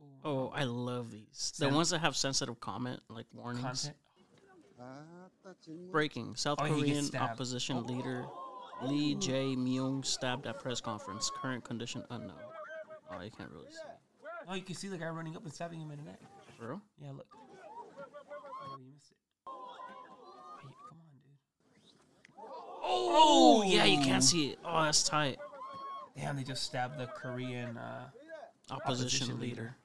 Speaker 1: Ooh,
Speaker 2: Oh, I love these. The
Speaker 1: Sen-
Speaker 2: ones that have sensitive comment, like warnings.
Speaker 1: Content.
Speaker 2: Breaking. South
Speaker 1: Oh, he gets
Speaker 2: Korean
Speaker 1: stabbed.
Speaker 2: opposition leader Lee Jae Myung stabbed at press conference. Current condition unknown. Oh, you can't really see.
Speaker 1: Oh, you can see the guy running up and stabbing him in the neck.
Speaker 2: For real?
Speaker 1: Yeah, look. Oh, you missed it. Hey, come on, dude.
Speaker 2: Oh, yeah, you can't see it. Oh, that's tight.
Speaker 1: Damn, they just stabbed the Korean. Uh,
Speaker 2: Opposition,
Speaker 1: Opposition
Speaker 2: leader.
Speaker 1: leader.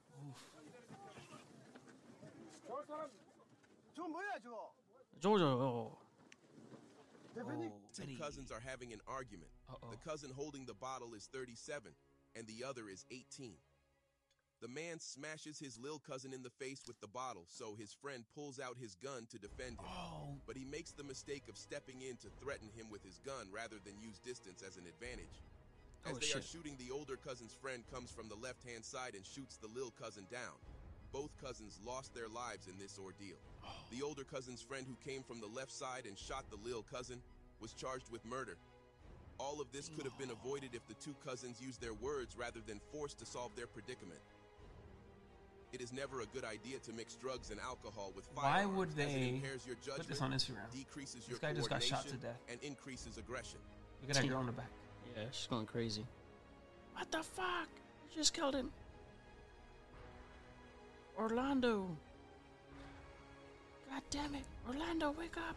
Speaker 2: Georgia.
Speaker 1: oh,
Speaker 2: Oh,
Speaker 6: Two cousins are having an argument.
Speaker 1: Uh-oh.
Speaker 6: The cousin holding the bottle is 37, and the other is 18. The man smashes his lil cousin in the face with the bottle, so his friend pulls out his gun to defend him.
Speaker 1: Oh,
Speaker 6: But he makes the mistake of stepping in to threaten him with his gun rather than use distance as an advantage. As
Speaker 2: Oh,
Speaker 6: they are
Speaker 2: shit.
Speaker 6: shooting, the older cousin's friend comes from the left hand side and shoots the lil cousin down. Both cousins lost their lives in this ordeal. The older cousin's friend who came from the left side and shot the lil cousin was charged with murder. All of this could have been avoided if the two cousins used their words rather than forced to solve their predicament. It is never a good idea to mix drugs and alcohol with
Speaker 1: Why
Speaker 6: firearms,
Speaker 1: would
Speaker 6: as it
Speaker 1: they
Speaker 6: impairs your
Speaker 1: put this
Speaker 6: judgment,
Speaker 1: on Instagram?
Speaker 6: decreases
Speaker 1: This
Speaker 6: your
Speaker 1: guy just got shot to
Speaker 6: coordination
Speaker 1: death.
Speaker 6: and increases aggression.
Speaker 1: Look at that girl in the back.
Speaker 2: yeah, she's going crazy. What the fuck? You just killed him. Orlando. God damn it. Orlando, wake up.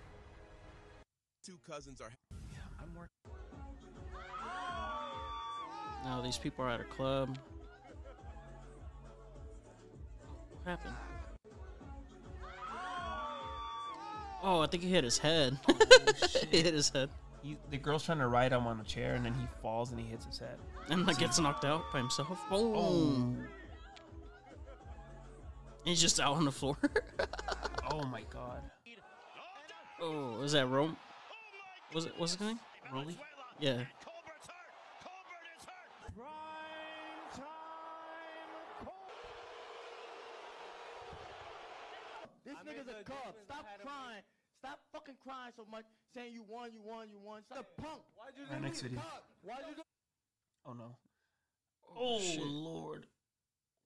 Speaker 6: Two cousins are
Speaker 1: I'm working.
Speaker 2: Now these people are at a club. What happened? Oh, I think he hit his head. he hit his head.
Speaker 1: He, the girl's trying to ride him on a chair, and then he falls and he hits his head.
Speaker 2: And like gets knocked out by himself. Boom. Oh. He's just out on the floor.
Speaker 1: Oh my god.
Speaker 2: oh, is that Rome? Was it what's his name?
Speaker 1: Really?
Speaker 2: Yeah.
Speaker 7: This nigga's a cub. Stop crying. Stop fucking crying so much, saying you won, you won, you won. Stop the punk. Why'd you
Speaker 1: All right, next video.
Speaker 7: Why'd you do
Speaker 1: Oh no.
Speaker 2: Oh,
Speaker 1: Oh,
Speaker 2: shit.
Speaker 1: lord.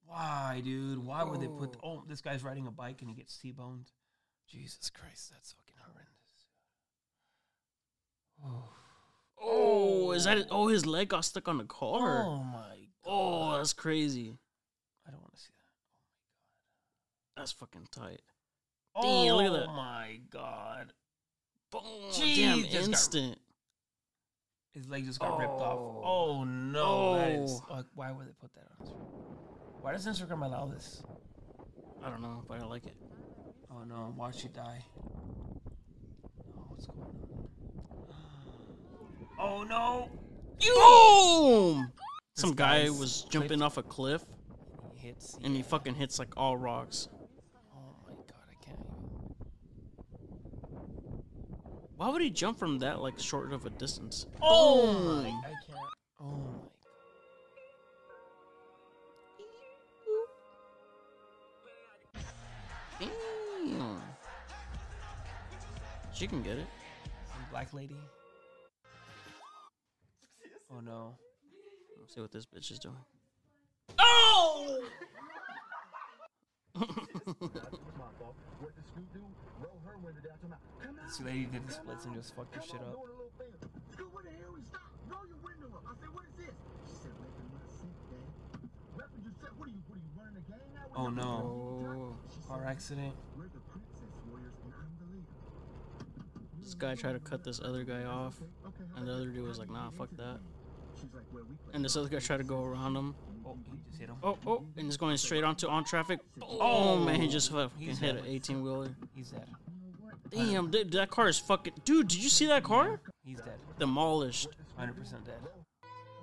Speaker 1: Why, dude? Why would they put? Oh, this guy's riding a bike and he gets t-boned. Jesus Christ, that's fucking horrendous. Oh,
Speaker 2: Oh, is that? Oh, his leg got stuck on the car.
Speaker 1: Oh my!
Speaker 2: Oh, that's crazy.
Speaker 1: I don't want to see that.
Speaker 2: That's fucking tight.
Speaker 1: oh
Speaker 2: Damn, look at that.
Speaker 1: my god!
Speaker 2: Boom,
Speaker 1: Jeez,
Speaker 2: damn,
Speaker 1: just got-
Speaker 2: instant.
Speaker 1: His leg just got ripped off.
Speaker 2: Oh.
Speaker 1: Oh no! That is,
Speaker 2: Oh.
Speaker 1: like, why would they put that on? Instagram? Why does Instagram allow this?
Speaker 2: I don't know, but I like it.
Speaker 1: Oh no! Why'd she die? Oh, what's going on? Oh no!
Speaker 2: Boom! Some
Speaker 1: This
Speaker 2: guy
Speaker 1: guy's
Speaker 2: was
Speaker 1: clip-
Speaker 2: jumping off a cliff
Speaker 1: He hits.
Speaker 2: and he fucking hits like all rocks.
Speaker 1: Oh my god! I can't. Even.
Speaker 2: Why would he jump from that like short of a distance?
Speaker 1: Oh my!
Speaker 2: Boom.
Speaker 1: I can't. Oh my!
Speaker 2: Damn. She can get it.
Speaker 1: Some black lady. Oh no!
Speaker 2: Let's see what this bitch is doing.
Speaker 1: This lady did the splits and just fucked her shit up. Oh no!
Speaker 2: Oh.
Speaker 1: Car accident.
Speaker 2: This guy tried to cut this other guy off, and the other dude was like, nah, fuck that. And this other guy tried to go around him.
Speaker 1: Oh, he just hit him.
Speaker 2: Oh, oh, and it's going straight onto on traffic. Oh, man, he just fucking hit an 18 wheeler.
Speaker 1: He's dead.
Speaker 2: Damn, dude, that car is fucking. Dude, did you see that car?
Speaker 1: He's dead.
Speaker 2: Demolished.
Speaker 1: 100% dead.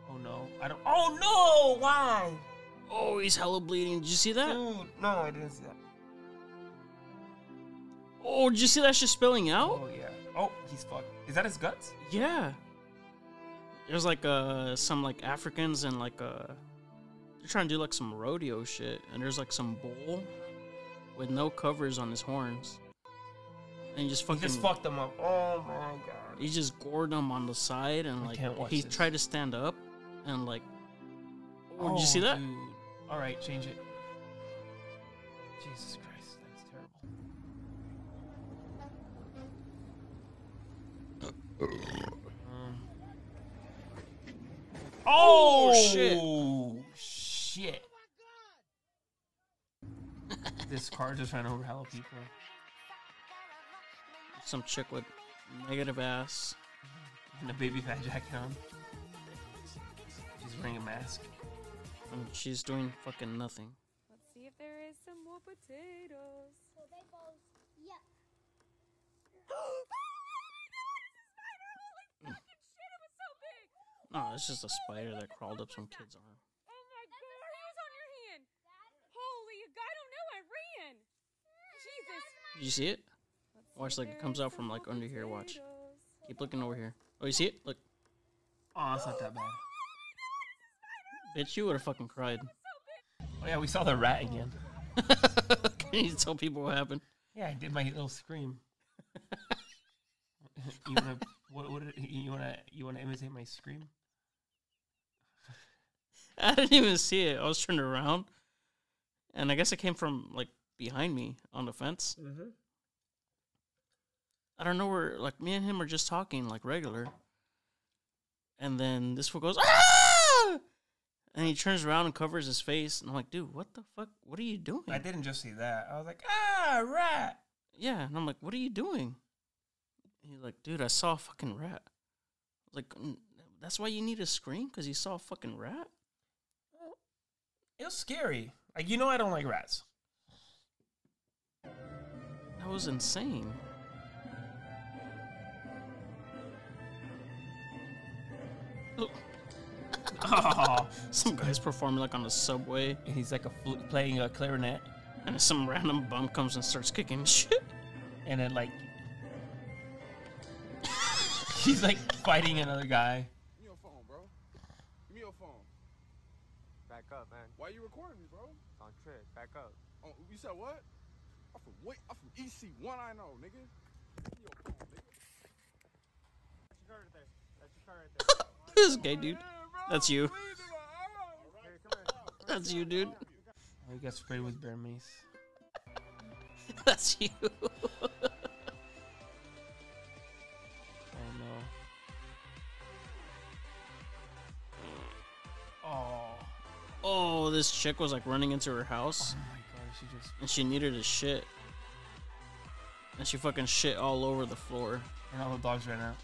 Speaker 1: Oh no. I don't. Oh no! Why?
Speaker 2: Oh, he's hella bleeding. Did you see that?
Speaker 1: Dude, no, I didn't see that.
Speaker 2: Oh, did you see that shit spilling out?
Speaker 1: Oh yeah. Oh, he's fucked. Is that his guts?
Speaker 2: Yeah. There's like uh some like Africans and like uh they're trying to do like some rodeo shit and there's like some bull with no covers on his horns. And he just
Speaker 1: He
Speaker 2: fucking
Speaker 1: just fucked him up. Oh my god.
Speaker 2: he just gored him on the side and
Speaker 1: I
Speaker 2: like
Speaker 1: can't watch
Speaker 2: he
Speaker 1: this.
Speaker 2: tried to stand up and like Oh, did you see that?
Speaker 1: dude. All right, change it. Jesus Christ, that is terrible. Um. Oh,
Speaker 2: shit.
Speaker 1: shit. this car just ran over hella people.
Speaker 2: some chick with negative ass.
Speaker 1: And a baby fat jacket on. She's wearing a mask.
Speaker 2: And she's doing fucking nothing.
Speaker 8: Let's see if there is some more potatoes. Oh Potatoes. Yep.
Speaker 2: No, it's just a spider that crawled up some kid's arm.
Speaker 8: Oh my god, what was on your hand? Holy, I don't know, I ran. Jesus.
Speaker 2: Did you see it? Watch, like, it comes out from, like, under here. Watch. Keep looking over here. Oh, you see it? Look.
Speaker 1: Oh, it's not that bad.
Speaker 2: Bitch, you would have fucking cried.
Speaker 1: Oh yeah, we saw the rat again.
Speaker 2: Can you tell people what happened?
Speaker 1: Yeah, I did my little scream. you wanna what, what did- you wanna you wanna imitate my scream?
Speaker 2: I didn't even see it. I was turned around. And I guess it came from, like, behind me on the fence. I don't know where, like, me and him are just talking, like, regular. And then this one goes, ah! And he turns around and covers his face. And I'm like, dude, what the fuck? What are you doing?
Speaker 1: I didn't just see that. I was like, ah, rat.
Speaker 2: Yeah, and I'm like, what are you doing? He's like, dude, I saw a fucking rat. I was like, "Mm, that's why you need a screen because you saw a fucking rat.
Speaker 1: It was scary. Like you know, I don't like rats.
Speaker 2: That was insane. Look,
Speaker 1: Oh.
Speaker 2: some guys performing like on the subway,
Speaker 1: And he's like a fl- playing a clarinet,
Speaker 2: and some random bum comes and starts kicking shit.
Speaker 1: and then like he's like fighting another guy.
Speaker 6: Give me your phone, bro. Give me your phone.
Speaker 9: Back up, man.
Speaker 6: Why you recording me, bro?
Speaker 9: It's on trip. Back up.
Speaker 6: Oh, you said what? I'm from what? I'm from EC1. I know, nigga. Give me your phone, nigga.
Speaker 9: That's your car right there. That's your car right there.
Speaker 2: this guy, dude.
Speaker 6: Yeah, bro.
Speaker 2: That's you.
Speaker 6: Please, in my arm.
Speaker 9: Here, come here.
Speaker 2: That's you, dude.
Speaker 1: Oh, he got sprayed with bear mace.
Speaker 2: That's you.
Speaker 1: Oh no. Oh,
Speaker 2: Oh, this chick was like running into her house
Speaker 1: my god, she just
Speaker 2: and she needed to shit. And she fucking shit all over the floor.
Speaker 1: and all the dogs ran out.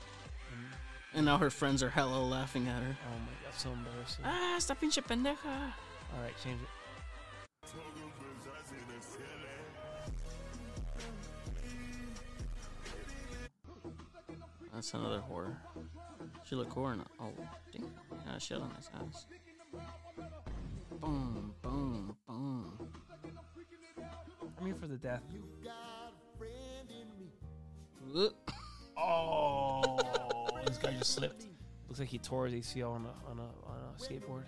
Speaker 2: And now her friends are hella laughing at her.
Speaker 1: Oh my god, so embarrassing.
Speaker 2: Ah, esta pinche pendeja.
Speaker 1: All right, change it.
Speaker 2: That's another whore. She look whore and oh dang. Yeah, shit on his ass. Boom, boom, boom.
Speaker 1: I mean for the death.
Speaker 2: Whoop.
Speaker 1: Oh, this guy just slipped. Looks like he tore his ACL on a on a, on a skateboard.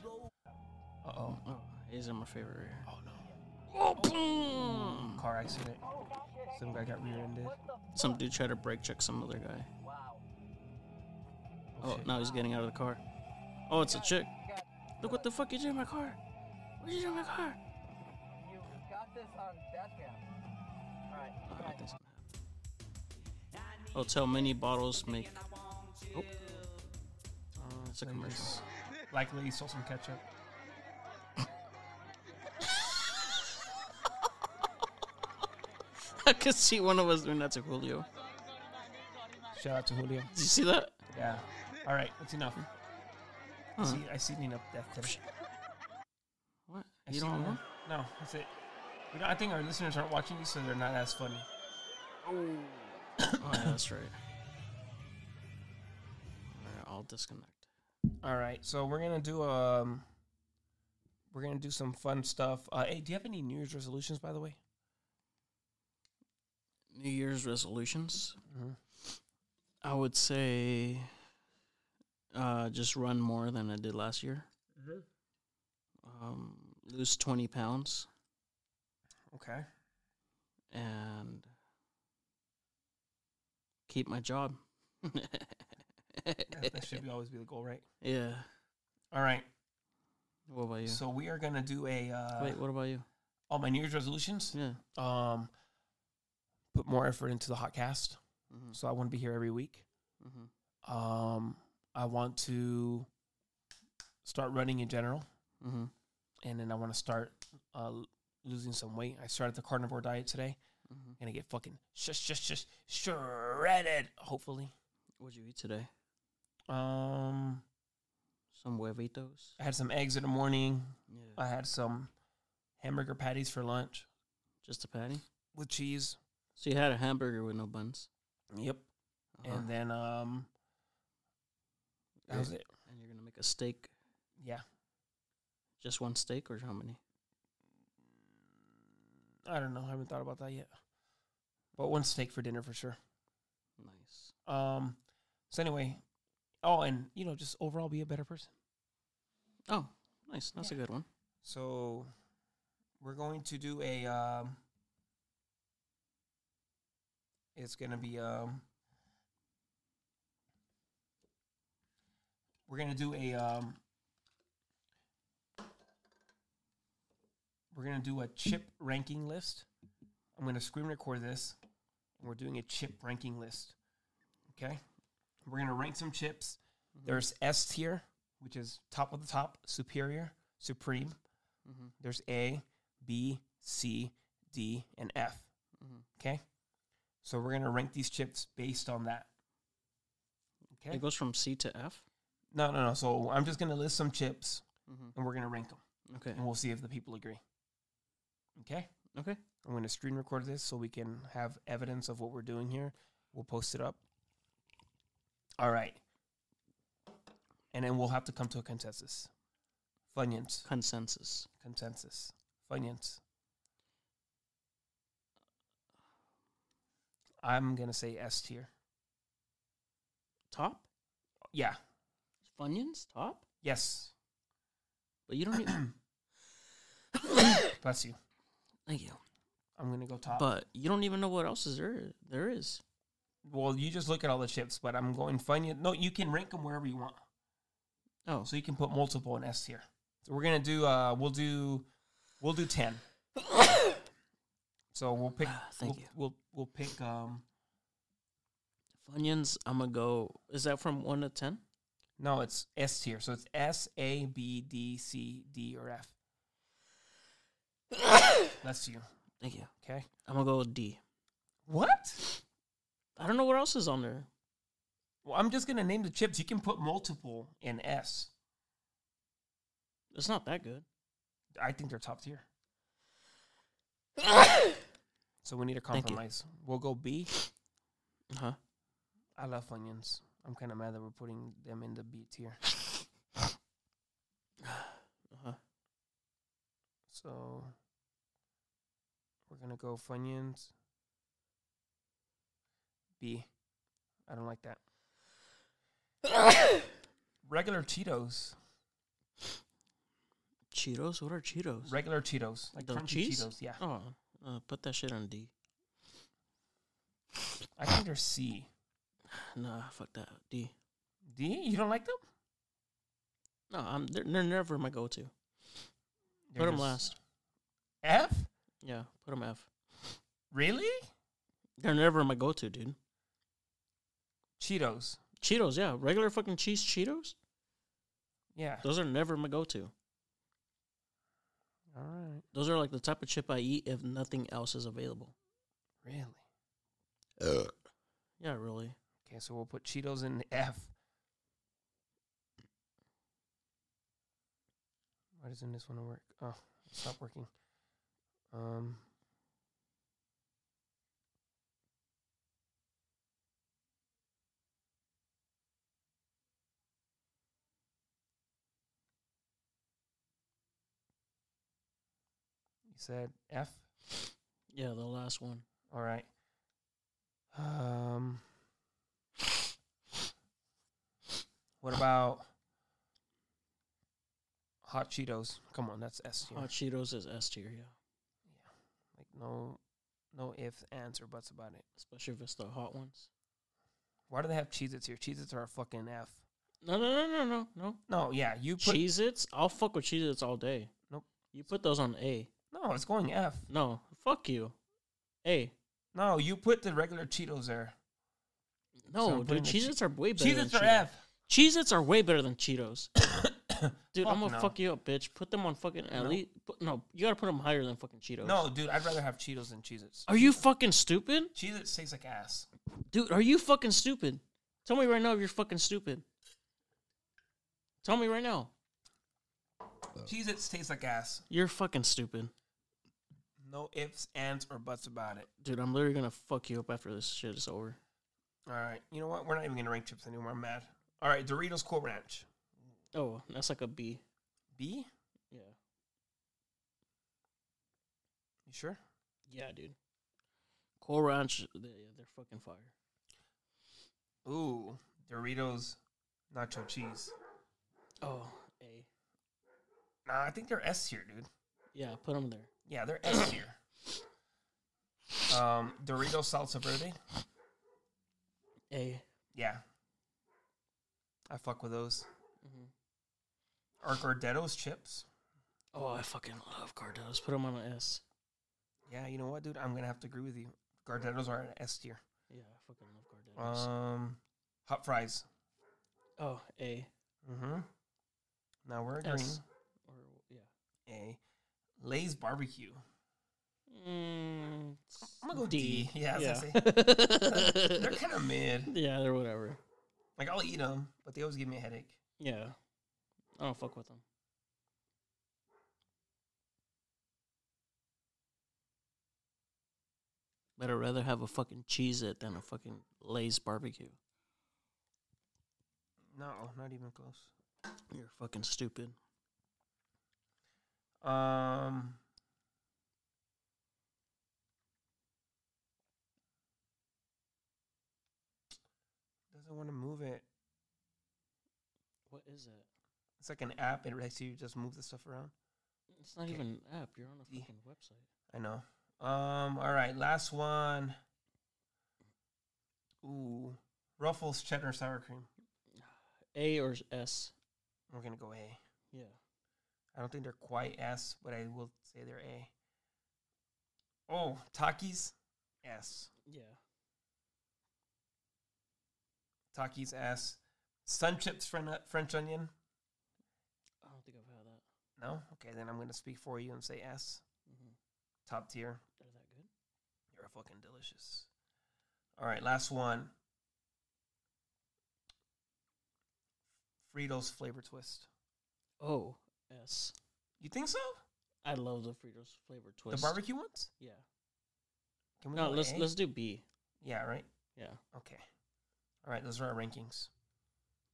Speaker 1: Uh oh.
Speaker 2: Oh, he's in my favorite here.
Speaker 1: Oh no.
Speaker 2: Oh, boom.
Speaker 1: Car accident. Some guy got rear-ended.
Speaker 2: Some dude tried to brake check some other guy.
Speaker 1: Oh,
Speaker 2: Oh,
Speaker 1: shit.
Speaker 2: now he's getting out of the car. Oh, it's a chick. Look what the fuck you did in my car. What you did in my car? Oh, that's not happening. Oh, tell many bottles make. Oh,
Speaker 1: Uh,
Speaker 2: it's a
Speaker 1: they
Speaker 2: commercial.
Speaker 1: just- Likely he sold some ketchup.
Speaker 2: I could see one of us doing that to Julio.
Speaker 1: Shout out to Julio.
Speaker 2: Did you see that?
Speaker 1: Yeah. All right, that's enough.
Speaker 2: Huh.
Speaker 1: See, I seen enough death today.
Speaker 2: What?
Speaker 1: I
Speaker 2: You
Speaker 1: seen
Speaker 2: don't
Speaker 1: enough.
Speaker 2: want?
Speaker 1: No, that's it. You know, I think our listeners aren't watching these, so they're not as funny.
Speaker 2: Oh, yeah, that's right. Alright, I'll disconnect.
Speaker 1: All right, so we're gonna do um, we're gonna do some fun stuff. Uh, hey, do you have any New Year's resolutions, by the way?
Speaker 2: New Year's resolutions.
Speaker 1: Mhm.
Speaker 2: I would say uh, just run more than I did last year.
Speaker 1: Mm-hmm.
Speaker 2: Um, lose 20 pounds
Speaker 1: Okay.
Speaker 2: and keep my job.
Speaker 1: That, that should be always be the goal, right?
Speaker 2: yeah.
Speaker 1: All right.
Speaker 2: What about you?
Speaker 1: So we are gonna do a uh,
Speaker 2: Wait, what about you?
Speaker 1: all my New Year's resolutions.
Speaker 2: Yeah.
Speaker 1: Um, put more effort into the hot cast,
Speaker 2: Mhm.
Speaker 1: so I want to be here every week.
Speaker 2: hmm
Speaker 1: Um, I want to start running in general,
Speaker 2: hmm
Speaker 1: and then I want to start uh, l- losing some weight. I started the carnivore diet today.
Speaker 2: Mhm.
Speaker 1: Gonna get fucking just just just shredded. Hopefully,
Speaker 2: What'd you eat today?
Speaker 1: um,
Speaker 2: Some huevitos?
Speaker 1: I had some eggs in the morning.
Speaker 2: Yeah.
Speaker 1: I had some hamburger patties for lunch
Speaker 2: Just a patty?
Speaker 1: with cheese.
Speaker 2: So you had a hamburger with no buns.
Speaker 1: Yep,
Speaker 2: Uh-huh.
Speaker 1: and then um, that was it.
Speaker 2: And you're gonna make a steak.
Speaker 1: Yeah,
Speaker 2: Just one steak or how many?
Speaker 1: I don't know. I haven't thought about that yet, but one steak for dinner for sure.
Speaker 2: Nice.
Speaker 1: Um, so anyway, oh, and you know, just overall be a better person.
Speaker 2: Oh, nice. That's a good one.
Speaker 1: So we're going to do a. Um, it's going to be. Um, we're going to do a. Um, we're going to do a chip ranking list. I'm going to screen record this. And we're doing a chip ranking list. Okay? We're going to rank some chips. There's S tier, which is top of the top, superior, supreme. There's A, B, C, D, and F. Okay? So we're going to rank these chips based on that. Okay?
Speaker 2: It goes from C to F.
Speaker 1: No, no, no. So I'm just going to list some chips and we're going to rank them
Speaker 2: Okay.
Speaker 1: and we'll see if the people agree. Okay?
Speaker 2: Okay.
Speaker 1: I'm going to screen record this so we can have evidence of what we're doing here. We'll post it up. All right. And then we'll have to come to a consensus. Funyuns.
Speaker 2: Consensus.
Speaker 1: Consensus. Funyuns. I'm going to say S tier.
Speaker 2: Top.
Speaker 1: Yeah.
Speaker 2: Funyuns. Top.
Speaker 1: Yes.
Speaker 2: But you don't. e-, Even,
Speaker 1: Bless you.
Speaker 2: thank you.
Speaker 1: I'm going to go top.
Speaker 2: But you don't even know what else is there. There is.
Speaker 1: well, you just look at all the chips, but I'm going Funyuns. No, you can rank them wherever you want.
Speaker 2: Oh.
Speaker 1: So you can put multiple in S tier. So we're gonna do uh we'll do we'll do ten. so we'll pick
Speaker 2: Ah, Thank
Speaker 1: we'll,
Speaker 2: you.
Speaker 1: we'll we'll pick um
Speaker 2: Funyuns. I'm gonna go. Is that from one to ten?
Speaker 1: no it's S tier. So it's S A B D C D or F. Bless you.
Speaker 2: Thank you.
Speaker 1: Okay.
Speaker 2: I'm gonna go with D.
Speaker 1: What?
Speaker 2: I don't know what else is on there.
Speaker 1: Well, I'm just gonna name the chips. You can put multiple in S.
Speaker 2: It's not that good.
Speaker 1: I think they're top tier. so we need a
Speaker 2: Thank you.
Speaker 1: compromise. We'll go B.
Speaker 2: Uh huh.
Speaker 1: I love onions. I'm kind of mad that we're putting them in the B tier.
Speaker 2: Uh-huh.
Speaker 1: So we're gonna go Funyuns. B. I don't like that. Regular Cheetos.
Speaker 2: Cheetos? What are Cheetos?
Speaker 1: Regular Cheetos. Like
Speaker 2: The
Speaker 1: crunchy
Speaker 2: cheese?
Speaker 1: Cheetos. Yeah.
Speaker 2: Oh, uh, put that shit on D.
Speaker 1: I think they're C.
Speaker 2: Nah, fuck that. D.
Speaker 1: D? You don't like them?
Speaker 2: No, I'm. They're, they're never my go-to. Put 'em put them
Speaker 1: just-
Speaker 2: last.
Speaker 1: F?
Speaker 2: Yeah, put them F.
Speaker 1: Really?
Speaker 2: They're never my go-to, dude.
Speaker 1: Cheetos.
Speaker 2: Cheetos, yeah, regular fucking cheese Cheetos.
Speaker 1: Yeah.
Speaker 2: Those are never my go-to.
Speaker 1: All right.
Speaker 2: Those are like the type of chip I eat if nothing else is available.
Speaker 1: Really?
Speaker 6: Uh,
Speaker 2: Yeah, really.
Speaker 1: Okay, so we'll put Cheetos in F. Why doesn't this want to work? Oh, it stopped working. Um. You said F?
Speaker 2: Yeah, the last one.
Speaker 1: All right. Um, what about hot Cheetos? Come on, that's S tier.
Speaker 2: Hot Cheetos is S tier, yeah.
Speaker 1: Like no, no ifs, ands, or buts about it.
Speaker 2: Especially if it's the hot ones.
Speaker 1: Why do they have Cheez-Its here? Cheez-Its are a fucking F.
Speaker 2: No, no, no, no, no, no.
Speaker 1: No, yeah, you put
Speaker 2: Cheez Its? I'll fuck with Cheez Its all day.
Speaker 1: Nope.
Speaker 2: You put those on A.
Speaker 1: no, it's going F.
Speaker 2: No, fuck you. A.
Speaker 1: No, you put the regular Cheetos there. So I'm
Speaker 2: No,
Speaker 1: putting
Speaker 2: dude,
Speaker 1: the
Speaker 2: Cheez Its are way better
Speaker 1: Cheez-Its
Speaker 2: than
Speaker 1: are
Speaker 2: Cheetos.
Speaker 1: F.
Speaker 2: Cheez Its are way better than Cheetos. dude,
Speaker 1: Fuck
Speaker 2: I'm gonna
Speaker 1: no.
Speaker 2: fuck you up, bitch. Put them on fucking at
Speaker 1: No.
Speaker 2: least. Put, no, you gotta put them higher than fucking Cheetos.
Speaker 1: No, dude, I'd rather have Cheetos than Cheez-Its.
Speaker 2: Are you fucking stupid?
Speaker 1: Cheez-Its tastes like ass.
Speaker 2: Dude, are you fucking stupid? Tell me right now if you're fucking stupid. Tell me right now.
Speaker 1: Cheez-Its tastes like ass.
Speaker 2: You're fucking stupid.
Speaker 1: No ifs, ands, or buts about it.
Speaker 2: Dude, I'm literally gonna fuck you up after this shit is over.
Speaker 1: All right. You know what? We're not even gonna rank chips anymore. I'm mad. All right. Doritos Cool Ranch.
Speaker 2: Oh, that's like a B.
Speaker 1: B.
Speaker 2: Yeah.
Speaker 1: You sure?
Speaker 2: Yeah, dude. Cool Ranch, they, they're fucking fire.
Speaker 1: Ooh. Doritos Nacho Cheese.
Speaker 2: Oh, A.
Speaker 1: Nah, I think they're S tier, dude.
Speaker 2: Yeah, put them there.
Speaker 1: Yeah, they're S tier. Um, Doritos Salsa Verde.
Speaker 2: A.
Speaker 1: Yeah. I fuck with those.
Speaker 2: Mhm.
Speaker 1: Are Gardetto's chips?
Speaker 2: Oh, I fucking love Cardos. Put them on an S.
Speaker 1: Yeah, you know what, dude? I'm gonna have to agree with you. Gardetto's are an S tier.
Speaker 2: Yeah, I fucking love Cardos.
Speaker 1: Um, hot fries.
Speaker 2: oh, A.
Speaker 1: Mm-hmm. Now we're agreeing.
Speaker 2: S. Or, yeah.
Speaker 1: A. Lay's barbecue.
Speaker 2: Mm,
Speaker 1: I'm gonna go D. Yeah, I was gonna They're
Speaker 2: yeah.
Speaker 1: kind of mid.
Speaker 2: yeah, they're whatever.
Speaker 1: Like I'll eat them, but they always give me a headache.
Speaker 2: Yeah. I don't fuck with them. But I'd rather have a fucking Cheez It than a fucking Lay's barbecue.
Speaker 1: No, not even close.
Speaker 2: You're fucking stupid.
Speaker 1: Um. Doesn't want to move it.
Speaker 2: What is it?
Speaker 1: It's like an app. It lets you just move the stuff around.
Speaker 2: It's not
Speaker 1: Okay.
Speaker 2: even an app. You're on a
Speaker 1: D.
Speaker 2: fucking website.
Speaker 1: I know. Um. All right. Last one. Ooh. Ruffles cheddar sour cream.
Speaker 2: A or S.
Speaker 1: We're gonna go A.
Speaker 2: Yeah.
Speaker 1: I don't think they're quite S, but I will say they're A. Oh, Takis S.
Speaker 2: Yeah.
Speaker 1: Takis S. Sun chips Fren- French onion.
Speaker 2: I don't think I've had that.
Speaker 1: No, okay, then I'm gonna speak for you and say S.
Speaker 2: hmm
Speaker 1: top tier.
Speaker 2: They're that good.
Speaker 1: You're fucking delicious. All right, last one. Fritos flavor twist.
Speaker 2: Oh, yes.
Speaker 1: You think so?
Speaker 2: I love the Fritos flavor twist.
Speaker 1: The barbecue Eh? ones?
Speaker 2: Yeah.
Speaker 1: Can
Speaker 2: No,
Speaker 1: go
Speaker 2: let's
Speaker 1: A?
Speaker 2: let's do B.
Speaker 1: Yeah, right.
Speaker 2: Yeah.
Speaker 1: Okay. All right, those are our rankings.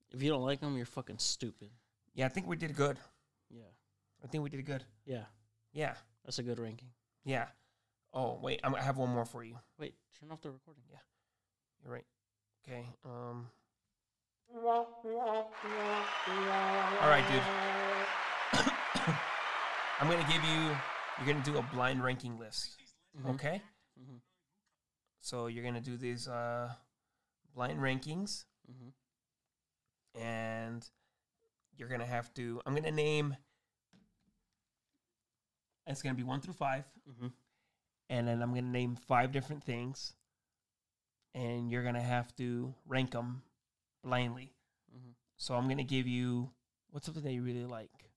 Speaker 2: If you don't like them, you're fucking stupid.
Speaker 1: Yeah, I think we did good.
Speaker 2: Yeah.
Speaker 1: I think we did good.
Speaker 2: Yeah.
Speaker 1: Yeah,
Speaker 2: That's a good ranking.
Speaker 1: yeah. Oh wait, I'm, I have one more for you.
Speaker 2: Wait, turn off the recording.
Speaker 1: You're right. Okay. Um. All right, dude. I'm gonna give you. You're gonna do a blind ranking list.
Speaker 2: Mhm.
Speaker 1: Okay.
Speaker 2: Mhm.
Speaker 1: So you're gonna do these uh, blind rankings,
Speaker 2: Mhm.
Speaker 1: and you're gonna have to. I'm gonna name. It's gonna be one through five,
Speaker 2: Mhm.
Speaker 1: and then I'm gonna name five different things, and you're gonna have to rank them blindly.
Speaker 2: Mhm.
Speaker 1: So I'm gonna give you what's something that you really like.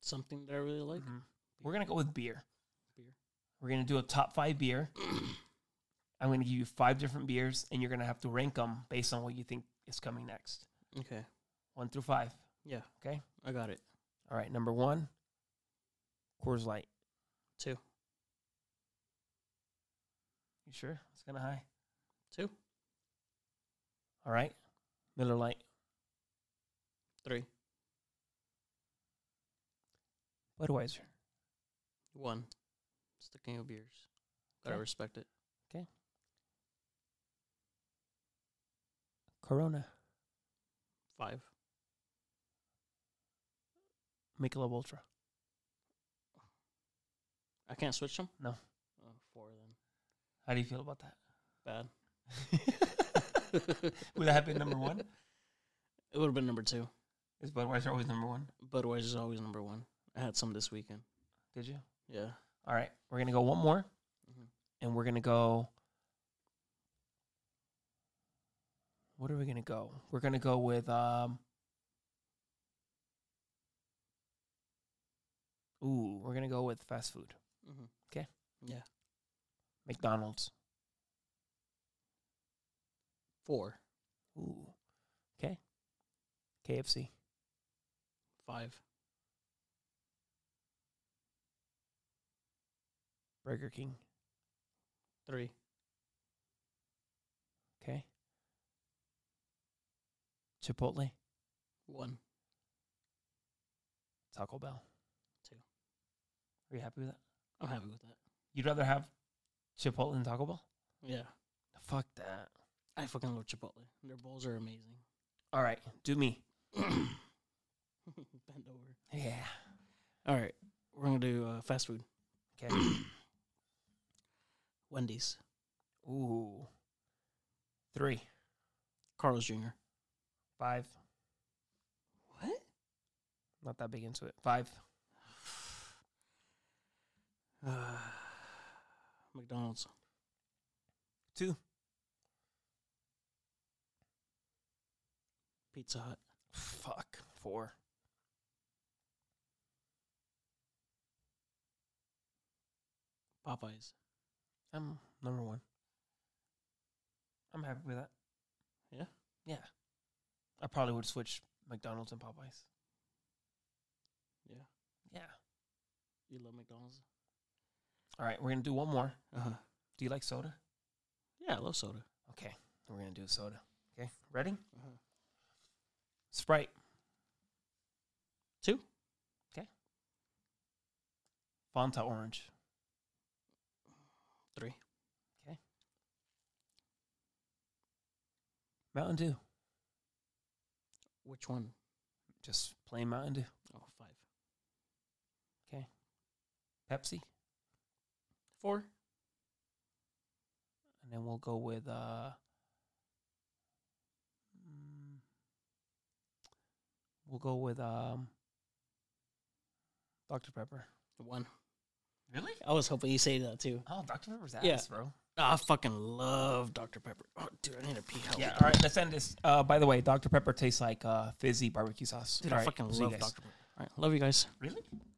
Speaker 2: Something that I really like.
Speaker 1: Mhm. We're gonna go with beer.
Speaker 2: Beer.
Speaker 1: We're gonna do a top five beer. I'm gonna give you five different beers, and you're gonna have to rank them based on what you think is coming next.
Speaker 2: Okay.
Speaker 1: One through five.
Speaker 2: Yeah.
Speaker 1: Okay.
Speaker 2: I got it.
Speaker 1: All right. Number one, Coors Light.
Speaker 2: Two.
Speaker 1: You sure? It's kind of high.
Speaker 2: Two.
Speaker 1: All right. Miller Light.
Speaker 2: Three.
Speaker 1: Budweiser.
Speaker 2: One. It's the king of beers. Gotta
Speaker 1: Okay.
Speaker 2: respect it.
Speaker 1: Corona.
Speaker 2: Five.
Speaker 1: Michelob Ultra.
Speaker 2: I can't switch them.
Speaker 1: No.
Speaker 2: Oh, four then.
Speaker 1: How do you feel about that?
Speaker 2: Bad.
Speaker 1: Would that have been number one?
Speaker 2: It would have been number two.
Speaker 1: Is Budweiser always number one?
Speaker 2: Budweiser's always number one. I had some this weekend.
Speaker 1: Did you?
Speaker 2: Yeah.
Speaker 1: All right. We're gonna go one more,
Speaker 2: Mhm.
Speaker 1: and we're gonna go. What are we gonna go? We're gonna go with um. Ooh, we're gonna go with fast food.
Speaker 2: Mm-hmm.
Speaker 1: 'Kay.
Speaker 2: Yeah.
Speaker 1: McDonald's.
Speaker 2: Four.
Speaker 1: Ooh. Okay. KFC.
Speaker 2: Five.
Speaker 1: Burger King.
Speaker 2: Three.
Speaker 1: Okay. Chipotle.
Speaker 2: One.
Speaker 1: Taco Bell.
Speaker 2: Two.
Speaker 1: Are you happy with that?
Speaker 2: I'm happy with that.
Speaker 1: You'd rather have Chipotle than Taco Bell?
Speaker 2: Yeah.
Speaker 1: Fuck that.
Speaker 2: I fucking love Chipotle. Their bowls are amazing.
Speaker 1: All right, do me.
Speaker 2: Bend over.
Speaker 1: Yeah.
Speaker 2: All right. We're going to do uh, fast food.
Speaker 1: Okay.
Speaker 2: Wendy's.
Speaker 1: Ooh. Three,
Speaker 2: Carl's Jr.
Speaker 1: five.
Speaker 2: What?
Speaker 1: Not that big into it. Five.
Speaker 2: Uh, McDonald's.
Speaker 1: Two.
Speaker 2: Pizza Hut.
Speaker 1: Fuck. Four.
Speaker 2: Popeyes.
Speaker 1: I'm number one. I'm happy with that.
Speaker 2: Yeah?
Speaker 1: Yeah. I probably would switch McDonald's and Popeyes.
Speaker 2: Yeah.
Speaker 1: Yeah.
Speaker 2: You love McDonald's?
Speaker 1: All right, we're gonna do one more.
Speaker 2: Uh huh.
Speaker 1: Do you like soda?
Speaker 2: Yeah, I love soda.
Speaker 1: Okay, we're gonna do a soda. Okay, ready?
Speaker 2: Uh-huh.
Speaker 1: Sprite.
Speaker 2: Two.
Speaker 1: Fanta orange.
Speaker 2: Three.
Speaker 1: Mountain Dew.
Speaker 2: Which one?
Speaker 1: Just plain Mountain Dew.
Speaker 2: Oh, five.
Speaker 1: Pepsi.
Speaker 2: Four.
Speaker 1: And then we'll go with uh mm, we'll go with um Dr. Pepper.
Speaker 2: One.
Speaker 1: Really?
Speaker 2: I was hoping you say that too.
Speaker 1: Oh, Dr. Pepper's ass,
Speaker 2: Yeah.
Speaker 1: bro.
Speaker 2: Ah, I fucking love Dr. Pepper. Oh, dude, I need a pee. Help.
Speaker 1: Yeah, all right, let's end this. Uh, by the way, Dr. Pepper tastes like uh, fizzy barbecue sauce.
Speaker 2: Dude,
Speaker 1: All
Speaker 2: I
Speaker 1: right,
Speaker 2: fucking
Speaker 1: see you
Speaker 2: love
Speaker 1: guys.
Speaker 2: Dr. Pepper. All right, love you guys.
Speaker 1: Really?